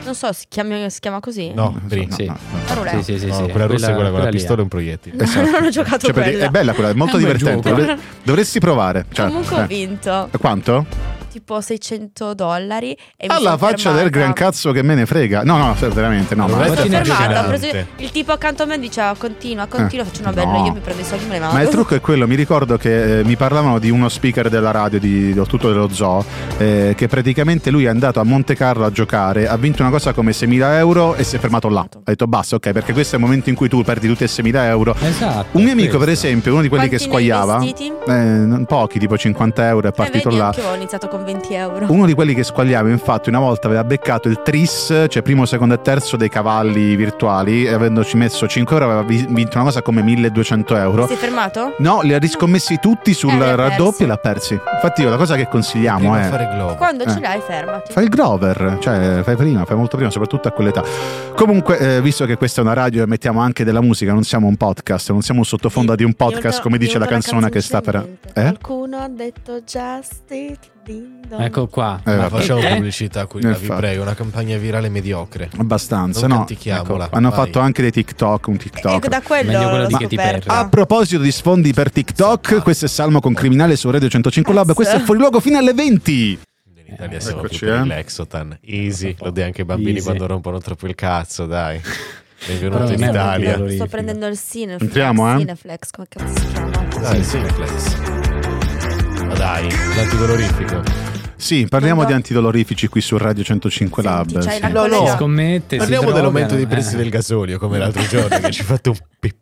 G: Non so, si chiama, si chiama così?
B: No,
A: Non so,
B: Bri.
C: Sì.
G: La roulette.
C: Sì, sì, sì,
B: No,
C: sì.
B: quella russa è quella con la
C: lì, eh.
B: pistola e un proiettile.
A: Esatto.
G: non ho giocato
A: Cioè, perché
G: quella.
A: È bella quella, è molto
C: È un bel
A: divertente.
C: gioco.
A: Dovre- dovresti provare. Cioè,
G: Comunque
A: eh.
G: ho vinto
A: Quanto?
G: tipo 600 dollari. E mi
A: Alla
G: son
A: faccia
G: fermata.
A: del gran cazzo che me ne frega. No, no, se- veramente, no. Ma,
B: Allora,
G: Mi sono
C: Alla fine è
G: fermata. ho preso-
B: gigante.
G: il tipo accanto a me diceva continua, continua. Faccio una bella,
A: Eh. no.
G: io mi prendo i soldi e me ne vado.
A: ma il trucco è quello, mi ricordo che eh, mi parlavano di uno speaker della radio, di, di tutto dello zoo, eh, che praticamente lui è andato a Monte Carlo a giocare, ha vinto una cosa come 6.000 euro e si è fermato là. Ha detto basta, ok, perché questo è il momento in cui tu perdi tutti e 6.000 euro.
C: Esatto.
A: Un mio amico, per
C: questo.
A: esempio, uno di quelli che
G: Quanti ne hai
A: squagliava,
G: vestiti?
A: eh, non- pochi, tipo 50 euro, è partito
G: eh, vedi,
A: là.
G: anche io ho iniziato con 20 euro.
A: Uno di quelli che squagliava, infatti, una volta aveva beccato il tris, cioè primo, secondo e terzo dei cavalli virtuali, e avendoci messo 5 euro aveva vi- vinto una cosa come 1200 euro.
G: Sei fermato?
A: No, li ha riscommessi tutti sul
G: Eh, li ha
A: raddoppio
G: persi.
A: e l'ha persi. Infatti, io la cosa che consigliamo
B: Prima
A: è.
B: fare globo.
G: Quando
A: Eh.
G: ce l'hai, fermati.
A: Fai il grover, cioè fai prima, fai molto prima, soprattutto a quell'età. Comunque, eh, visto che questa è una radio e mettiamo anche della musica, non siamo un podcast, non siamo un sottofondo di un podcast,
G: Diventa-
A: come dice la
G: diventa
A: canzone
G: una
A: che sta per.
G: canzoncina
A: Eh?
G: in mente. Qualcuno ha detto just it, ding dong.
C: Ecco qua.
A: Eh,
B: Ma
A: vabbè,
B: facciamo
C: Eh?
B: pubblicità qui,
A: Eh,
B: vi
A: infatti.
B: prego, una campagna virale mediocre.
A: abbastanza,
B: Non
A: no?
B: cantichiamola,
A: Ecco, hanno
B: vai.
A: fatto anche dei TikTok, un TikTok.
G: Ecco, da
C: Meglio
G: quello
C: quello
G: l'ho
C: di che ti
G: scoperto.
C: perdi.
A: A proposito di sfondi per TikTok, questo è Salmo con Criminale su Radio 105 Lab. Questo è fuori luogo fino alle 20.
B: In Italia siamo
A: Eccoci,
B: più per
A: eh.
B: l'Exotan. Easy, lo dai anche ai bambini
C: Esatto. Easy.
B: quando rompono troppo il cazzo, dai.
C: Però non
B: Benvenuti
C: è
B: in
C: molto
B: Italia.
C: valorifico.
G: Sto prendendo il Cineflex.
A: Entriamo, eh?
G: Cineflex, come cazzo si chiama?
B: Dai, Cineplex. Ma dai, l'antidolorifico.
A: Sì, parliamo
G: Non
A: di
G: do-
A: antidolorifici qui su Radio 105
G: Senti,
A: Lab.
G: c'hai
A: sì.
G: la
B: No,
G: collega-
B: no.
C: Si scommette, si
B: Parliamo
C: drogano,
B: dell'aumento dei prezzi
C: eh.
B: del gasolio, come l'altro giorno, che ci ha fatto un pippone.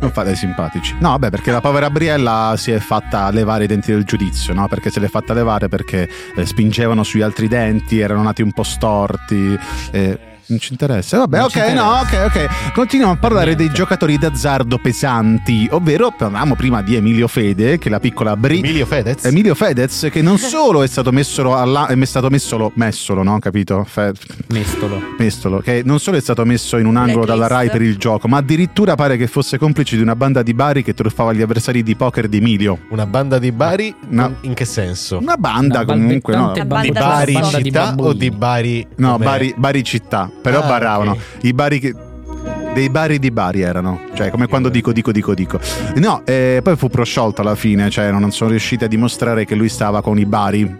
A: Non fate i simpatici. No, vabbè, perché la povera Briella si è fatta levare i denti del giudizio, no? Perché se l'è fatta levare perché eh, spingevano sugli altri denti, erano nati un po' storti. eh, non ci interessa. Vabbè,
C: Non
A: ok,
C: ci
A: no, ok, ok. Continuiamo a parlare
C: Niente.
A: dei giocatori d'azzardo pesanti, ovvero parlavamo prima di Emilio Fede, che la piccola Bri
B: Emilio Fedez.
A: Emilio Fedez che non solo è stato messo alla, è stato messolo, messolo, no? Capito? Fe-
C: Mestolo.
A: mestolo, che non solo è stato messo in un angolo dalla Rai per il gioco, ma addirittura pare che fosse complice di una banda di Bari che truffava gli avversari di poker di Emilio.
B: Una banda di Bari,
A: No.
B: in che senso?
A: Una banda
C: Una
A: comunque, no?
C: balbettante
G: Di
B: Di
G: banda-
B: Bari
G: banda
C: di
B: città o
C: bambini.
B: di Bari...
A: No,
B: come-
A: Bari, Bari città, però
B: Ah,
A: barravano.
B: ok.
A: I Bari che... Dei Bari di Bari erano, cioè come quando dico, dico, dico, dico. No, eh, poi fu prosciolto alla fine, cioè non sono riusciti a dimostrare che lui stava con i Bari.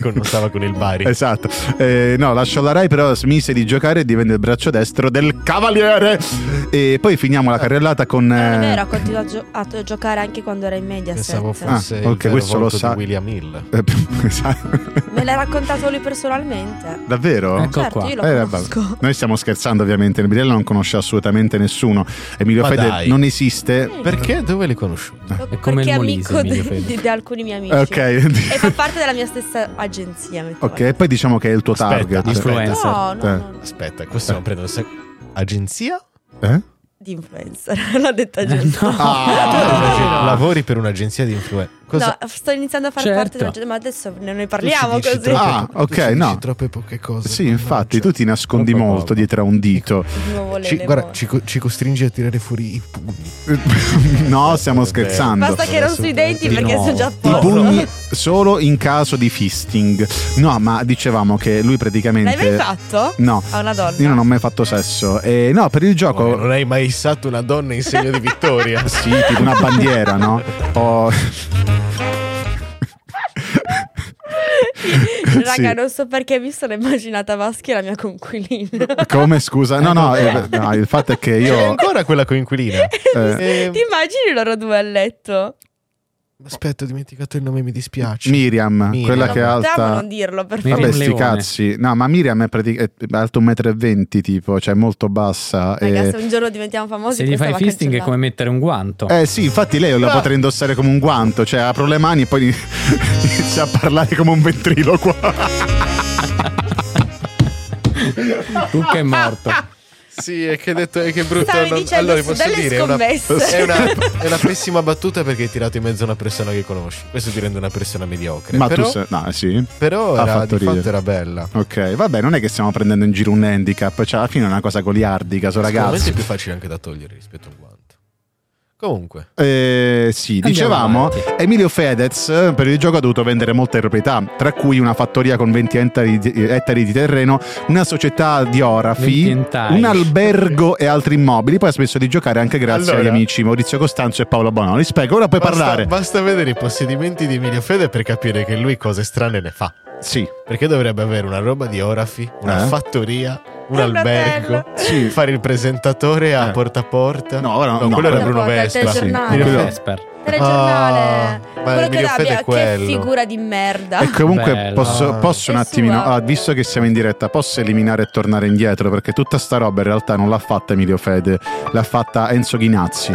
B: Con- Non stava con il Bari.
A: Esatto, Eh, no, lasciò la Rai, però smise di giocare e divenne il braccio destro del Cavaliere. E poi finiamo la carrellata con.
G: Non è
A: eh,
G: vero, ha continuato a, gio- a giocare anche quando era in Mediaset.
B: Pensavo fosse
A: Ah,
B: il
A: ok,
B: vero
A: questo lo
B: volto
A: sa-
B: di William Hill.
A: eh, esatto.
G: Me l'ha raccontato lui personalmente.
A: Davvero?
C: Ecco
G: certo,
C: qua.
G: io lo
A: Eh, vabbè.
G: conosco.
A: Noi stiamo scherzando, ovviamente. Briella non conosce assolutamente nessuno. Emilio
B: Ma
A: Fede
B: dai.
A: non esiste.
G: Mm.
B: Perché? Dove li conosciuti?
C: È come
G: Perché
C: il
G: è
C: Molise,
G: amico
C: Emilio
G: di,
C: Fede.
G: di- di alcuni miei amici.
A: Ok.
G: E fa parte della mia stessa agenzia. mettiamo.
A: ok, poi diciamo che è il tuo
B: Aspetta,
A: target.
B: aspetta.
C: Influencer.
G: No, no, no,
A: Eh.
G: no.
B: Aspetta, questo non prendo... Se... agenzia?
A: Eh?
G: di influencer. L'ho detta giusto.
A: Ah,
B: Cioè, Lavori per un'agenzia di influenza. Cosa?
G: No, sto iniziando a far
C: Certo.
G: parte del ma adesso ne, ne
B: Tu ci
G: parliamo
B: dici
G: così.
B: troppe-
A: Ah,
B: tu ci
A: ok,
B: dici
A: no.
B: troppe poche cose.
A: Sì, infatti, tu
B: mannaggia.
A: ti nascondi
B: Troppa
A: molto
B: roba.
A: dietro a un dito.
G: Nuovo
B: Ci,
G: Lele
B: guarda,
G: Mo.
B: ci, co- ci costringe a tirare fuori i pugni.
A: no, stiamo scherzando.
G: Basta che non sui denti
B: Di
G: perché
C: nuovo.
G: sono già a
A: I
G: posto.
A: pugni solo in caso di fisting. No, ma dicevamo che lui praticamente.
G: L'hai mai fatto?
A: No.
G: A una donna.
A: Io non ho mai fatto sesso. E no, per il gioco.
B: Come, non hai mai issato una donna in segno di vittoria.
A: Ah, Sì, tipo una bandiera, no? O-
G: Raga,
A: Sì.
G: non so perché mi sono immaginata Vaschi la mia conquilina.
A: Come scusa? No, no, eh, no, il fatto è che
B: C'è
A: io.
B: ancora quella coinquilina. Eh.
G: Ti immagini loro due a letto?
B: Aspetta, ho dimenticato il nome, mi dispiace.
A: Miriam,
B: Miriam.
A: quella che è
G: Potevamo
A: alta.
G: Diciamo non dirlo, per
C: Miriam
A: Vabbè,
G: favore.
A: sti
C: Leone.
A: cazzi. No, ma Miriam è, pratic- è alta 1,20 m, tipo, cioè molto bassa.
G: Raga,
A: e-
G: se un giorno diventiamo famosi,
C: Se gli
G: questa
C: fai
G: va
C: fisting è
G: cancellata.
C: come mettere un guanto.
A: Eh sì, infatti lei la
B: Ah.
A: potrei indossare come un guanto, cioè apro le mani e poi inizia a parlare come un ventriloquo.
C: Cucca è morto.
B: Sì, è che, hai detto, è che è brutto.
G: Stavi
B: non-
G: dicendo
B: allora,
G: su
B: posso
G: delle
B: dire, è una,
G: scommesse.
B: è, una, è una pessima battuta perché hai tirato in mezzo una persona che conosci. Questo ti rende una persona mediocre.
A: ma
B: Eh, però,
A: tu sei... No, sì.
B: però
A: Ha
B: era,
A: fatto
B: di fatto
A: ridere.
B: era bella.
A: Ok, vabbè, non è che stiamo prendendo in giro un handicap, cioè alla fine è una cosa goliardica, so
B: Sicuramente
A: ragazzi.
B: è più facile anche da togliere rispetto al guanto. Comunque,
A: Eh, sì,
C: Andiamo
A: dicevamo,
C: avanti.
A: Emilio Fedez eh, per il gioco ha dovuto vendere molte proprietà, tra cui una fattoria con 20 ettari di, ettari di terreno, una società di orafi,
C: 20 ettari.
A: un albergo e altri immobili. Poi ha smesso di giocare anche grazie
B: Allora.
A: agli amici Maurizio Costanzo e Paolo Bonoli. Spiego, ora puoi
B: basta,
A: parlare.
B: basta vedere i possedimenti di Emilio Fede per capire che lui cose strane ne fa.
A: Sì.
B: Perché dovrebbe avere una roba di orafi, una
A: Eh?
B: fattoria, un
G: Un
B: albergo,
G: hotel.
A: Sì.
B: fare il presentatore a
A: Eh.
B: porta a porta.
A: No, ora no, no.
B: quello era
G: Porta a
B: Bruno
G: porta,
B: Vespa.
A: sì.
G: telegiornale.
A: Quello-
C: Vesper.
G: Telegiornale.
B: Ah, ma
G: quello che
B: Emilio Fede è
G: abbia, che
B: quello.
G: figura di merda.
A: E comunque
C: Bello.
A: posso,
B: Ah.
A: posso un
G: Che
A: attimino,
G: sua.
A: ah, visto che siamo in diretta, posso eliminare e tornare indietro perché tutta sta roba in realtà non l'ha fatta Emilio Fede, l'ha fatta Enzo Ghinazzi,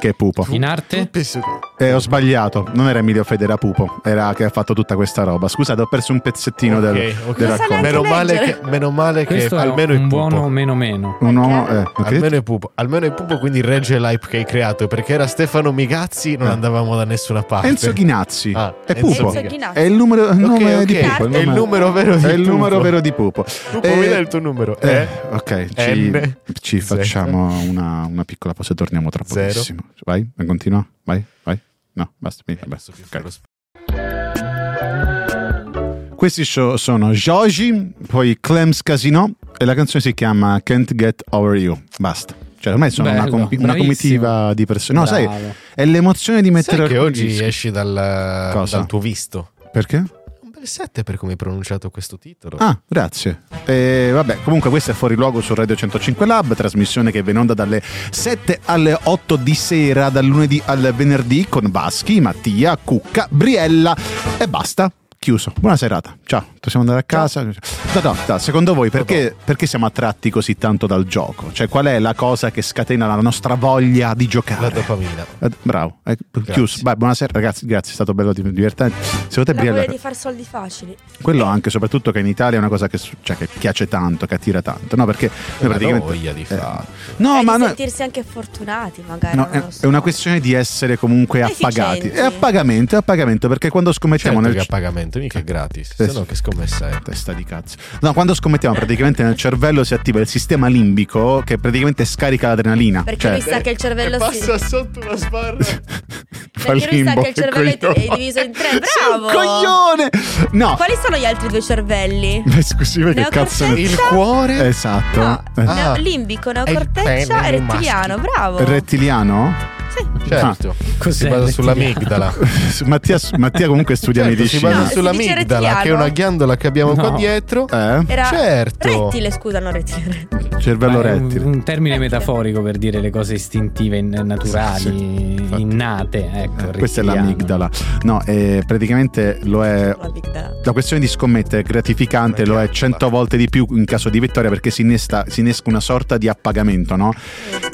A: che è pupo.
C: In
B: Tu
C: arte?
B: penso che-
A: E ho sbagliato, non era Emilio Fede, era pupo, era che ha fatto tutta questa roba. Scusate, ho perso un pezzettino del...
B: Ok,
A: del
B: ok.
G: Non sa racconto. neanche
B: Meno male che,
G: leggere.
B: meno male che
C: Questo
B: almeno
C: è
B: il
C: un
B: pupo.
C: buono meno meno.
A: Un uomo... eh, ok.
B: Almeno il pupo, almeno il pupo quindi regge l'hype che hai creato perché era Stefano Migazzi, non
A: Eh.
B: andavamo da nessuna parte.
A: Enzo Ghinazzi
B: Ah,
A: è
B: Enzo
A: pupo.
G: Enzo Ghinazzi.
A: È il numero, il
B: Ok,
A: nome
B: ok.
A: di pupo.
B: È il numero vero di
A: È il
B: pupo.
A: numero vero di pupo.
B: Tu
A: Eh,
B: puoi dare il tuo numero,
A: Eh,
B: eh?
A: ok,
B: M,
A: ci, ci
B: Z.
A: facciamo una, una piccola pausa e torniamo tra
B: Zero.
A: pochissimo. Vai, continua, vai, vai. No, basta. mi- vabbè,
B: Adesso che
A: ok.
B: farò sp-
A: Questi show sono Joji, poi Clem's Casino e la canzone si chiama Can't Get Over You. Basta. Cioè, ormai sono una,
C: Bello,
A: compi- una
C: bravissimo.
A: comitiva di persone. No, sai,
C: Bravo.
A: è l'emozione di mettere
B: Sai che
A: alcuni
B: oggi
A: dischi.
B: esci dal,
A: Cosa?
B: dal tuo visto.
A: Perché?
B: Un bel 7 per come hai pronunciato questo titolo.
A: Ah, grazie. E vabbè, comunque questo è fuori luogo su Radio 105 Lab, trasmissione che va in onda dalle 7 alle 8 di sera, dal lunedì al venerdì con Baschi, Mattia, Cucca, Briella e basta. Chiuso. Buona serata. Ciao. Possiamo andare a casa? No, no, no, secondo voi perché, perché siamo attratti così tanto dal gioco? Cioè qual è la cosa che scatena la nostra voglia di
B: La
A: giocare?
B: dopamina.
A: Eh, Bravo, Eh, chiuso. Vai, buonasera ragazzi, grazie, è stato bello di- divertente. Secondo te
G: La
A: Briella
G: voglia di fare soldi facili.
A: quello anche, soprattutto che in Italia è una cosa che, su- cioè, che piace tanto, che attira tanto, no? Perché noi
B: La
A: praticamente.
B: Eh, voglia di
A: eh,
B: fare.
A: no,
G: Eh,
A: ma
G: di
A: no,
G: sentirsi anche fortunati, magari.
A: no,
G: non
A: è,
G: lo so.
A: è una questione di essere comunque
G: Efficienti.
A: appagati. È a pagamento, è a pagamento, perché quando scommettiamo
B: Certo che
A: nel.
B: a pagamento, mica è gratis.
A: Eh,
B: Se no
A: sì.
B: che scommessa è.
A: Testa di cazzo. No, quando scommettiamo praticamente nel cervello si attiva il sistema limbico che praticamente scarica l'adrenalina.
G: Perché
A: cioè,
G: lui sa che il cervello si.
B: Passa sotto una sbarra.
A: fa
G: perché lui sa
A: limbo,
G: che il cervello è-
A: coglione.
G: è diviso in tre,
A: Sei un
G: bravo!
A: coglione! No,
G: Quali sono gli altri due cervelli?
A: ma scusi, ma che
G: Neo
A: cazzo ne-
G: corteccia?
B: Il cuore
A: Esatto.
G: No,
A: Eh.
G: neo-
B: Ah.
G: limbico,
B: È il
G: neocorteccia
B: pene
G: e
B: nei
G: rettiliano, bravo.
A: Rettiliano?
G: Sì.
B: Certo. si
A: Ah.
C: Cos'è
B: basa
C: l'ettiliano?
B: sull'amigdala.
A: Mattia, Mattia comunque studia
B: Certo, si
A: medicina.
B: basa
G: No, si dice
B: sull'amigdala,
G: rettiliano.
B: che è una ghiandola che abbiamo qua
C: No.
B: dietro.
A: Eh?
G: Era
B: Certo.
G: rettile, scusa, non rettile.
A: Cervello
C: Eh, Ma è un-
A: rettile. Eh,
C: Un, termine metaforico per dire le cose istintive, in- naturali,
A: Sì, sì, infatti.
C: innate. Ecco,
A: Eh, Questa è
C: rettiliano.
A: l'amigdala. No, eh, praticamente lo è.
G: La Big Data.
A: La questione di scommettere è gratificante, lo è 100 volte di più in caso di vittoria perché si innesta- si innesca una sorta di appagamento, no?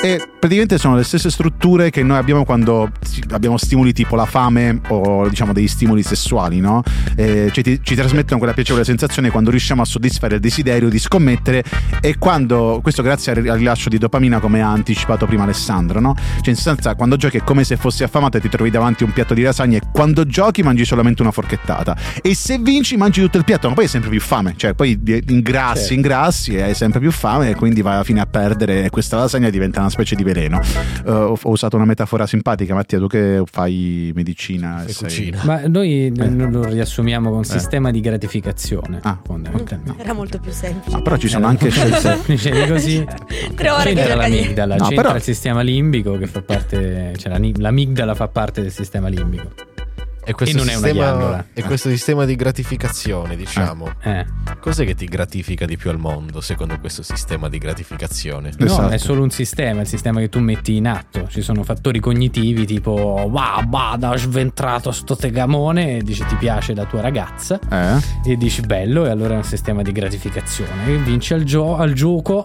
A: E praticamente sono le stesse strutture che noi abbiamo diciamo quando ci- abbiamo stimoli tipo la fame o diciamo degli stimoli sessuali, no? Eh, ci, ti- ci trasmettono quella piacevole sensazione quando riusciamo a soddisfare il desiderio di scommettere e quando, questo grazie al ri- al rilascio di dopamina come ha anticipato prima Alessandro, no? Cioè in sostanza quando giochi è come se fossi affamato e ti trovi davanti un piatto di lasagne e quando giochi mangi solamente una forchettata e se vinci mangi tutto il piatto ma poi hai sempre più fame cioè poi di- ingrassi
B: Certo.
A: ingrassi e hai sempre più fame e quindi vai alla fine a perdere e questa lasagna diventa una specie di veleno Eh, ho, ho usato una metafora simpatica Mattia tu che fai medicina e
B: E
A: sei-
B: cucina.
C: Ma
A: Eh.
C: noi n- lo riassumiamo con sistema di gratificazione,
A: Ah,
C: fondamentalmente.
A: ok,
G: Era molto più semplice.
A: Ah, però ci
C: Eh.
A: sono anche scelte
C: Dicevi così.
A: Ah,
G: Tre ore che
C: c'entra
G: giocavi.
C: l'amigdala,
A: No,
C: c'entra
A: però-
C: il sistema limbico che fa parte, cioè la ni- l'amigdala fa parte del sistema limbico.
B: E questo,
C: E non è una
B: sistema,
C: ghiandola.
B: e questo sistema di gratificazione, diciamo,
C: Eh.
B: cos'è che ti gratifica di più al mondo secondo questo sistema di gratificazione?
C: No,
A: Esatto.
C: è solo un sistema, è il sistema che tu metti in atto. Ci sono fattori cognitivi tipo wow, bada, ho sventrato sto tegamone e dici ti piace la tua ragazza
A: eh?
C: e dici bello e allora è un sistema di gratificazione e vinci al, gio- al gioco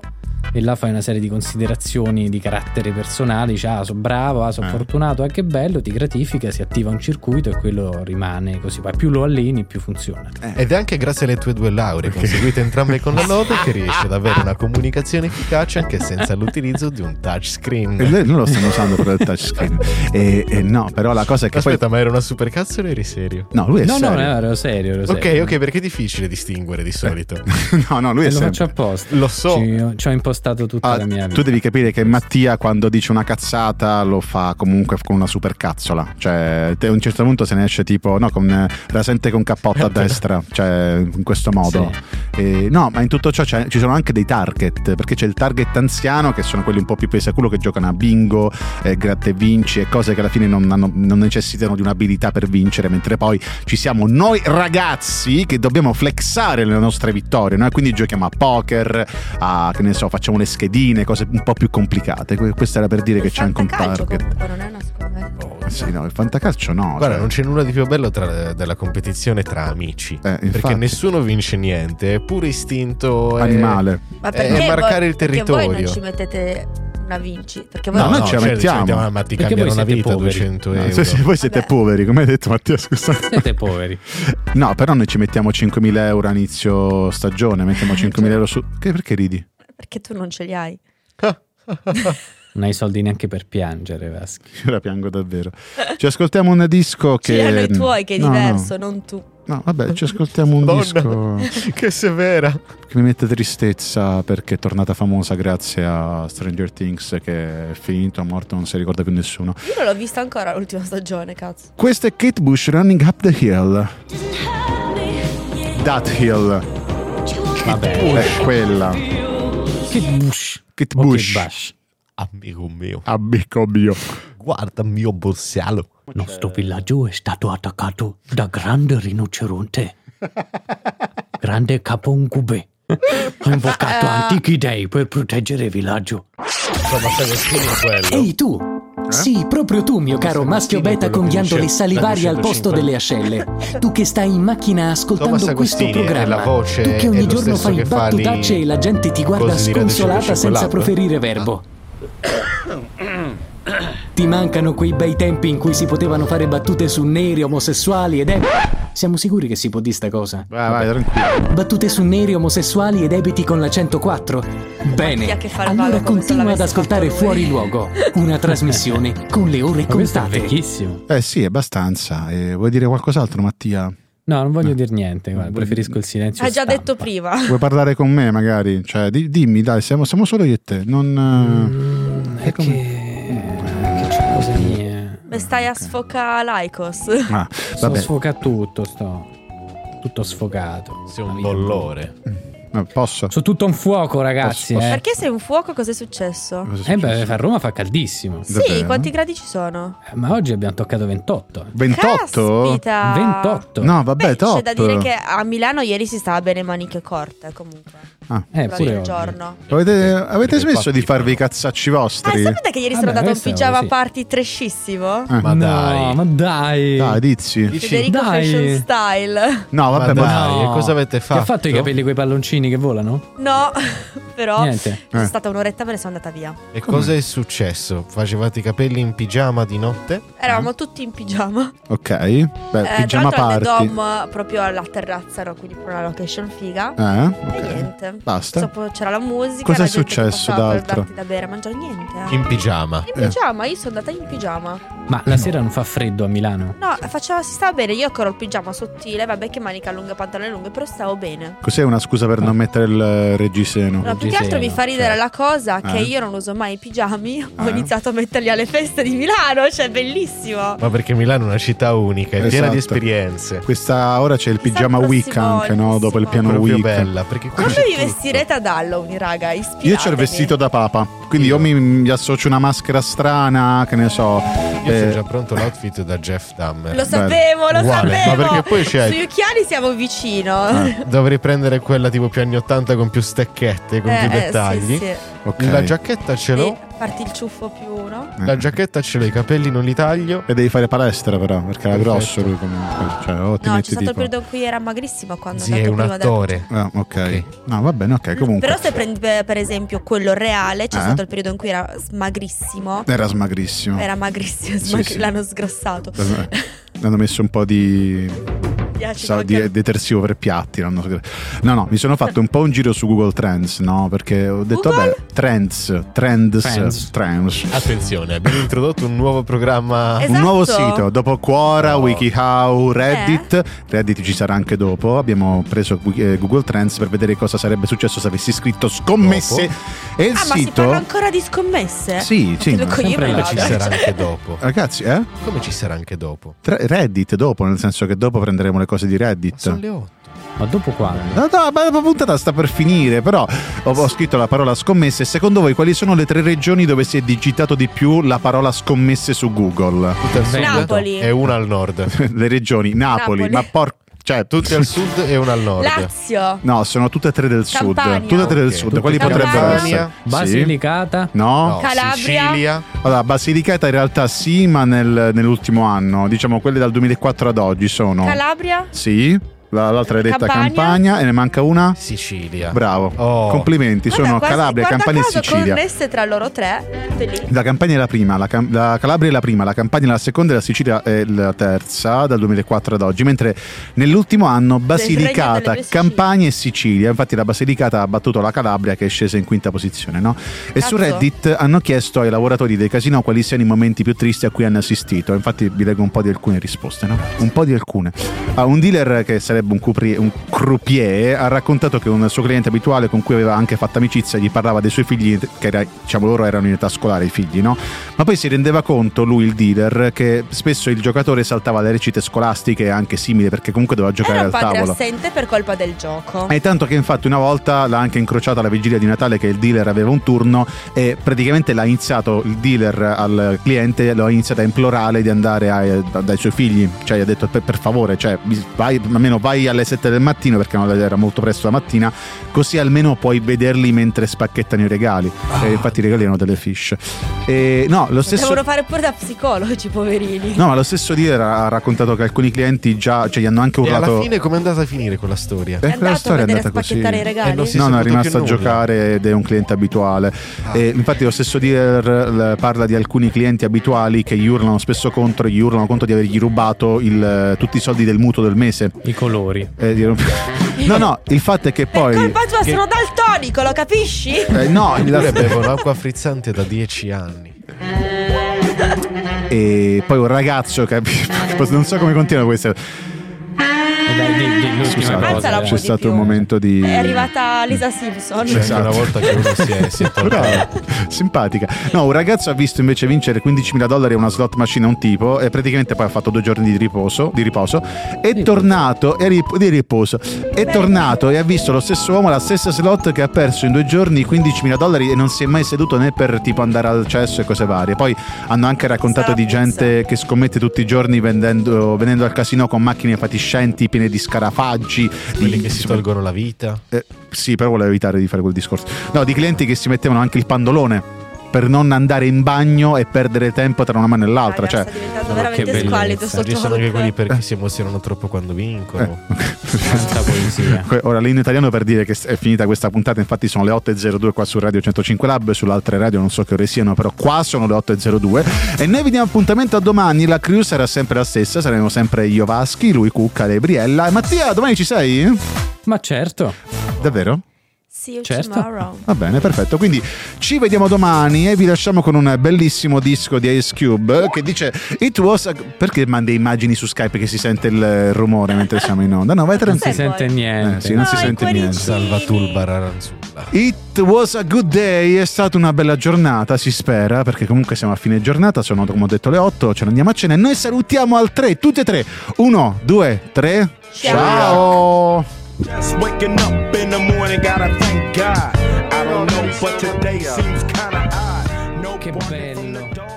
C: e là fai una serie di considerazioni di carattere personale, dici ah sono bravo, ah sono
A: Eh.
C: fortunato, ah che bello, ti gratifica, si attiva un circuito e quello rimane così, poi più lo alleni più funziona.
A: Eh,
B: Ed è anche grazie alle tue due lauree, conseguite entrambe con la 9, che riesci ad avere una comunicazione efficace anche senza l'utilizzo di un touchscreen.
A: E lei- eh, non lo stanno usando per il touchscreen e, e no però la cosa è che
B: Aspetta,
A: poi
B: ma era una supercazzola o eri serio?
A: no lui è
C: no,
A: serio.
C: no, no, ero serio, ero
B: Ok,
C: serio.
B: ok, perché è difficile distinguere di solito.
A: no no lui
C: E
A: è
C: eh, lo
A: sempre
C: faccio apposta.
B: Lo so.
C: Ci, ci ho impostato tutta
A: Ah,
C: la mia vita.
A: tu devi capire che Mattia quando dice una cazzata lo fa comunque con una super cazzola. Cioè, te- a un certo punto se ne esce tipo, no, con eh, rasente con cappotta a destra, cioè in questo modo. E, no, ma in tutto ciò c'è- ci sono anche dei target, perché c'è il target anziano che sono quelli un po' più pesaculo che giocano a bingo, eh, gratta e vinci e cose che alla fine non, hanno- non necessitano di un'abilità per vincere, mentre poi ci siamo noi ragazzi che dobbiamo flexare le nostre vittorie, no? E quindi giochiamo a poker, a, che ne so, facciamo le schedine, cose un po' più complicate. Que- Questo era per dire che c'è anche un Oh.
G: Fantacalcio
A: target.
G: comunque, non è una eh. scommessa.
A: Sì, no, il fantacalcio no.
B: Guarda,
A: cioè-
B: non c'è nulla di più bello tra- della competizione tra amici.
A: eh, infatti.
B: perché nessuno vince niente, è pure istinto. è-
A: Animale.
G: Ma
B: Eh,
G: perché
B: marcare il
G: perché voi non
B: territorio.
G: ci mettete una vinci? Perché voi
B: No,
A: No,
B: no,
A: noi ce la
B: cioè,
A: mettiamo. Ah,
B: ci mettiamo, ma ti
C: Perché
B: cambiano
C: voi
B: una
C: siete
B: vita
C: poveri.
B: 200
A: No,
B: euro.
A: se- se voi siete
G: Vabbè.
A: poveri, come hai detto Mattia, scusa.
C: Siete poveri.
A: No, però noi ci mettiamo 5.000 euro a inizio stagione, mettiamo 5.000
G: Cioè.
A: euro su... Che, perché ridi?
G: Perché tu non ce li hai.
C: Non hai soldi neanche per piangere, Vaschi.
A: Ora piango davvero. Ci ascoltiamo un disco che...
G: Ce li hanno Cioè, i tuoi che è
A: No, no.
G: diverso, non tu.
A: No, vabbè, ci ascoltiamo un
B: Madonna.
A: disco
B: che severa.
A: che mi mette tristezza perché è tornata famosa grazie a Stranger Things che è finito, è morto, non si ricorda più nessuno.
G: Io non l'ho vista ancora l'ultima stagione, cazzo.
A: Questo è Kate Bush Running Up the Hill. That Hill
C: Vabbè.
A: è quella.
C: Kit Bush.
A: Kate
C: O Kate
A: Bush.
C: Bush.
B: Amico mio,
A: Abico mio.
B: guarda il mio borsello.
E: Nostro villaggio è stato attaccato da grande rinoceronte. Grande capongube. Ha invocato antichi dei per proteggere il villaggio.
B: Insomma, sai nessuno quello.
E: Ehi tu!
B: Eh?
E: Sì, proprio tu, mio caro maschio beta con ghiandole salivari al posto delle ascelle. Tu che stai in macchina ascoltando
B: Thomas
E: questo
B: Agostini è
E: programma.
B: la voce,
E: tu che
B: è
E: ogni
B: lo
E: giorno
B: stesso
E: fai
B: che fa
E: battutacce
B: lì
E: e la gente ti guarda
B: cose di Radio
E: sconsolata
B: 105
E: senza
B: Lab.
E: proferire verbo. Ti mancano quei bei tempi in cui si potevano fare battute su neri, omosessuali ed è... Siamo sicuri che si può dire sta cosa?
A: Vai, vai, tranquillo.
E: Battute su neri, omosessuali ed ebiti con la 104.
G: Chi ha
E: Bene,
G: che fare il
E: allora
G: ballo come se
E: continua ad
G: l'avesse
E: ascoltare
G: fatto lui?
E: fuori luogo, una trasmissione con le ore
C: Ma questo è
E: contate.
C: vecchissimo.
A: Eh sì, abbastanza. Eh, vuoi dire qualcos'altro, Mattia?
C: No, non voglio dire niente, guarda,
A: voglio-
C: preferisco il silenzio.
G: Ha già
C: stampa.
G: detto prima.
A: Vuoi parlare con me, magari? Cioè, di- dimmi, dai, siamo, siamo solo io e te. Non.
C: Mm, è che... che c'è cosa mia.
G: Me stai a sfoca Lycos.
A: Ah, eh, ah,
C: Sto
A: vabbè,
C: sfocato tutto, sto... Tutto sfocato.
B: Sei
C: La
B: un
C: vita.
B: bollore.
A: Eh, posso?
C: Sono tutto un fuoco, ragazzi,
A: Posso-
C: eh.
G: Perché sei un fuoco? Cos'è successo?
A: Cosa è
C: Eh beh,
A: successo?
C: a Roma fa caldissimo.
G: Sì,
A: Davvero?
G: quanti gradi ci sono?
C: Eh, Ma oggi abbiamo toccato 28. eh.
A: 28?
G: Caspita.
C: 28.
A: No, vabbè,
G: Beh,
A: top.
G: c'è da dire che a Milano ieri si stava bene maniche corte comunque
A: Ah.
C: Eh,
G: durante
C: pure
G: il
C: oggi.
G: giorno.
A: Avete, avete
B: Perché
A: smesso
B: qua
A: di
B: tipo-
A: farvi i cazzacci
G: Ah,
A: vostri?
G: sapete che ieri sono
C: Vabbè,
G: andata a un
C: questo è
G: pigiama
C: così.
G: party trascissimo?
A: Eh.
B: Ma
C: no,
B: dai.
C: ma dai.
A: Dai, dizi.
B: Dici?
G: Federico
C: Dai.
G: Fashion Style.
A: No, vabbè,
B: Ma
A: ma,
B: dai. e cosa avete
C: Ti ha fatto i
B: fatto?
C: capelli quei palloncini palloni che volano?
G: No, però
C: Niente.
G: sono
A: Eh.
G: stata un'oretta me ne sono andata via.
B: E
A: Come?
B: cosa è successo? Facevate i capelli in pigiama di notte?
C: Ah.
G: Eravamo tutti in pigiama.
A: Ok, beh,
G: Eh,
A: Eh, pigiama
G: tra l'altro
A: party.
G: al Dom proprio alla terrazza, no? quindi per una location figa.
A: Eh, ok.
G: E niente.
A: Basta.
G: Dopo c'era la musica.
A: Cosa
G: la
A: è
G: gente che
A: successo
G: passava per
A: d'altro?
G: darti da bere, mangiare niente. eh.
B: In pigiama.
G: In pigiama, io sono andata in pigiama.
C: Ma la sera non fa freddo a Milano?
G: No, faceva, si stava bene. Io che ero il pigiama sottile, vabbè, che manica lunga, pantaloni lunghi, però stavo bene.
A: Cos'è una scusa per non mettere il eh, reggiseno?
G: No, più che
C: Reggiseno,
G: altro mi fa ridere
C: cioè.
G: la cosa che
A: Eh.
G: io non uso mai i pigiami. Ho
A: Eh.
G: iniziato a metterli alle feste di Milano, cioè, bellissimo.
B: Ma perché Milano è una città unica, è piena di
A: Esatto.
B: esperienze.
A: Questa ora c'è il
G: Chissà
A: pigiama
G: il prossimo,
A: week anche,
G: il
A: no?
G: prossimo.
A: Dopo il piano
B: Proprio
A: week.
B: bella, perché qui
G: Come
B: c'è
G: vi
B: tutto.
G: vestirete ad Halloween, raga? Ispiratemi.
A: Io c'ho il vestito da papa, quindi io
B: Io.
A: mi, mi associo una maschera strana, che ne so.
B: Io
A: eh,
B: c'ho già pronto l'outfit da Jeff Dahmer.
G: Lo sapevo, lo
B: Uguale, ma
G: sapevo.
B: perché poi c'è- Ah,
G: Sugli occhiali siamo vicino.
A: eh,
B: Dovrei prendere quella tipo più anni 80 con più stecchette, con
G: Eh,
B: più
G: eh, sì,
B: dettagli.
G: sì.
A: ok.
B: La giacchetta ce l'ho.
G: E farti il ciuffo più, no?
A: Eh.
B: La giacchetta ce l'ho, i capelli non li taglio.
A: E devi fare palestra però, perché era
B: Perfetto.
A: grosso lui comunque. Cioè, o ti
G: No, c'è
A: metti
G: stato il
A: tipo...
G: periodo in cui era magrissimo quando
B: Sì,
G: è
B: è
G: andato
B: un
G: prima da-
B: attore.
A: Ah, ok. No, va bene, ok, comunque.
G: Mm, Però se prendi per per esempio quello reale, c'è
A: Eh?
G: stato il periodo in cui era magrissimo.
A: Era smagrissimo.
G: Era magrissimo,
A: Sì,
G: smagri-
A: sì.
G: l'hanno sgrassato.
A: Eh, Hanno messo un po' di,
G: Mi piace
A: sa-
G: proprio.
A: di detersivo per piatti. l'hanno- No, no, mi sono fatto un po' un giro su Google Trends, no? Perché ho detto,
G: Google?
A: vabbè, trends, trends, trends.
C: Trends.
B: Attenzione, abbiamo introdotto un nuovo programma.
G: Esatto. Eh?
A: Un nuovo sito, dopo Quora,
B: No.
A: WikiHow, Reddit, Reddit ci sarà anche dopo, abbiamo preso Gu- eh, Google Trends per vedere cosa sarebbe successo se avessi scritto scommesse e il
G: Ah, ma si
A: sito...
G: parla ancora di scommesse? Cioè,
A: Sì, sì.
G: Lo
A: ma-
G: coglione,
C: sempre là.
B: Come ci
G: vabbè.
B: sarà anche dopo?
A: Ragazzi, eh?
B: Come ci sarà anche dopo?
A: Tra- Reddit dopo, nel senso che dopo prenderemo le cose di
B: Ma
A: Reddit.
B: Sono le 8.
C: Ma dopo quando?
A: No, no, ma la puntata sta per finire, però ho, ho scritto la parola scommesse. Secondo voi quali sono le tre regioni dove si è digitato di più la parola scommesse su Google?
B: Tutto al sud
G: Napoli.
B: e una al nord.
A: le regioni, Napoli,
G: Napoli.
A: ma porco... Cioè,
B: Tutti al sud e una al nord.
G: Lazio.
A: No, sono tutte e tre del
G: Campania.
A: sud. Tutte e tre del
B: Ok,
A: sud.
B: tutte
A: Quali
B: e tre.
A: potrebbero essere?
B: Campania.
A: Sì.
C: Basilicata?
A: No?
B: No,
G: Calabria.
B: Sicilia.
A: Allora, Basilicata in realtà sì, ma nel- nell'ultimo anno. Diciamo quelle dal 2004 ad oggi sono.
G: Calabria?
A: sì. la- l'altra è detta
G: Campania.
A: Campania e ne manca una.
B: Sicilia.
A: Bravo.
B: Oh.
A: Complimenti,
G: Guarda,
A: sono
G: quasi-
A: Calabria,
G: guarda
A: Campania e
G: caso,
A: Sicilia.
G: connesse tra loro tre, tutte lì.
A: La Campania è la prima, la, Cam- la Calabria è la prima, la Campania è la seconda e la Sicilia è la terza dal 2004 ad oggi, mentre nell'ultimo anno
G: regno delle
A: Basilicata,
G: due Sicilie.
A: Campania e Sicilia, infatti la Basilicata ha battuto la Calabria che è scesa in quinta posizione, no? E su
G: Cazzo.
A: Reddit hanno chiesto ai lavoratori dei casino quali siano i momenti più tristi a cui hanno assistito, infatti vi leggo un po' di alcune risposte, no? Un po' di alcune. Ah, un dealer che sarebbe un, cupri- un croupier ha raccontato che un suo cliente abituale con cui aveva anche fatto amicizia gli parlava dei suoi figli, che era- diciamo loro erano in età scolare i figli, no? Ma poi si rendeva conto lui, il dealer, che spesso il giocatore saltava le recite scolastiche e anche simili perché comunque doveva giocare
G: Era un
A: al
G: padre
A: tavolo. Eh,
G: assente per colpa del gioco.
A: E tanto che infatti una volta l'ha anche incrociata alla vigilia di Natale che il dealer aveva un turno e praticamente l'ha iniziato il dealer al cliente, lo ha iniziato a implorare di andare ai- da- dai suoi figli, cioè gli ha detto per, per favore, cioè, bis- vai, almeno vai alle 7 del mattino perché non- era molto presto la mattina, così almeno puoi vederli mentre spacchettano i regali. E infatti i regali erano delle fish. E, no, lo stesso...
G: Devono fare pure da psicologi, poverini.
A: No, ma lo stesso dealer ha raccontato che alcuni clienti già, cioè gli hanno anche
B: E
A: urlato...
B: alla fine com'è andata a finire quella storia?
A: Eh,
G: È
A: quella
G: andato
A: storia
G: a
A: è
G: vedere
A: andata così.
G: spacchettare i regali?
B: Eh, non si
A: No, no, è
B: saputo più
A: rimasto a
B: nulla.
A: giocare ed è un cliente abituale. E infatti lo stesso dealer eh, parla di alcuni clienti abituali che gli urlano spesso contro, gli urlano contro di avergli rubato il, eh, tutti i soldi del mutuo del mese.
C: I colori.
A: Eh, di- No, no, il fatto è che
G: Per
A: poi...
G: colpa tua
B: che-
G: sono daltonico, lo capisci?
A: Eh, no,
B: Loro
A: la-
B: bevono acqua frizzante da 10 anni.
A: e poi un ragazzo che... non so come continua questo.
C: E dai, di, di, l'ultima cosa. eh.
G: Alzala
A: Scusate,
C: dai.
G: un po'
A: c'è
G: di
A: stato
G: più.
A: un momento di...
G: È arrivata Lisa Simpson.
B: C'è
A: Esatto.
B: anche Cioè, una volta che uno si è, si è
A: Brava,
B: tolto.
A: simpatica. No, un ragazzo ha visto invece vincere 15.000 dollari a una slot machine a un tipo e praticamente poi ha fatto due giorni di riposo, di riposo è tornato, è rip- di riposo, è tornato e ha visto lo stesso uomo, la stessa slot che ha perso in due giorni 15.000 dollari e non si è mai seduto né per tipo andare al cesso e cose varie. Poi hanno anche raccontato
G: Sarà
A: di
G: puzza.
A: gente che scommette tutti i giorni vendendo, venendo al casino con macchine fatiscenti piene di scarafaggi,
B: Quelli
A: di-
B: che si tolgono la vita.
A: eh, sì, però volevo evitare di fare quel discorso. No, di clienti che si mettevano anche il pandolone. Per per non andare in bagno e perdere tempo tra una mano e l'altra.
G: Ragazza,
A: cioè,
G: è
B: No,
G: diventato
B: ma che
G: veramente
B: bellezza.
G: squallido sto
B: Ci sono anche quelli
G: gioco.
B: per chi si emozionano troppo quando vincono.
A: Eh,
C: Tanta poesia.
A: Que- Ora lì in italiano per dire che s- è finita questa puntata, infatti sono le 8.02 qua su Radio 105 Lab, sulle altre radio non so che ore siano, però qua sono le 8.02 e noi vi diamo appuntamento a domani, la crew sarà sempre la stessa, saremo sempre io Vaschi, lui Cucca, lei Briella e Mattia, domani ci sei?
C: Ma certo,
A: Davvero?
G: See you
C: Certo.
G: tomorrow.
A: Va bene, perfetto. Quindi ci vediamo domani e vi lasciamo con un bellissimo disco di Ice Cube che dice It was a- perché mandi immagini su Skype che si sente il rumore mentre siamo in onda? No, vai
C: non si
A: tranquillo.
G: Sai
C: sente
G: poi.
C: niente.
A: Eh, sì, non si
G: No, i
A: sente
G: cuoricini.
A: niente.
B: Salvatulba Raranzulla.
A: It was a good day, è stata una bella giornata, si spera, perché comunque siamo a fine giornata, sono come ho detto le 8, ce ne andiamo a cena e noi salutiamo al 3, tutte e tre. 1, 2, 3. Ciao.
H: Just waking up in the morning, gotta thank God. I don't know, but today seems kinda odd. No
C: Che
H: warning from the
C: bello.
H: dawn.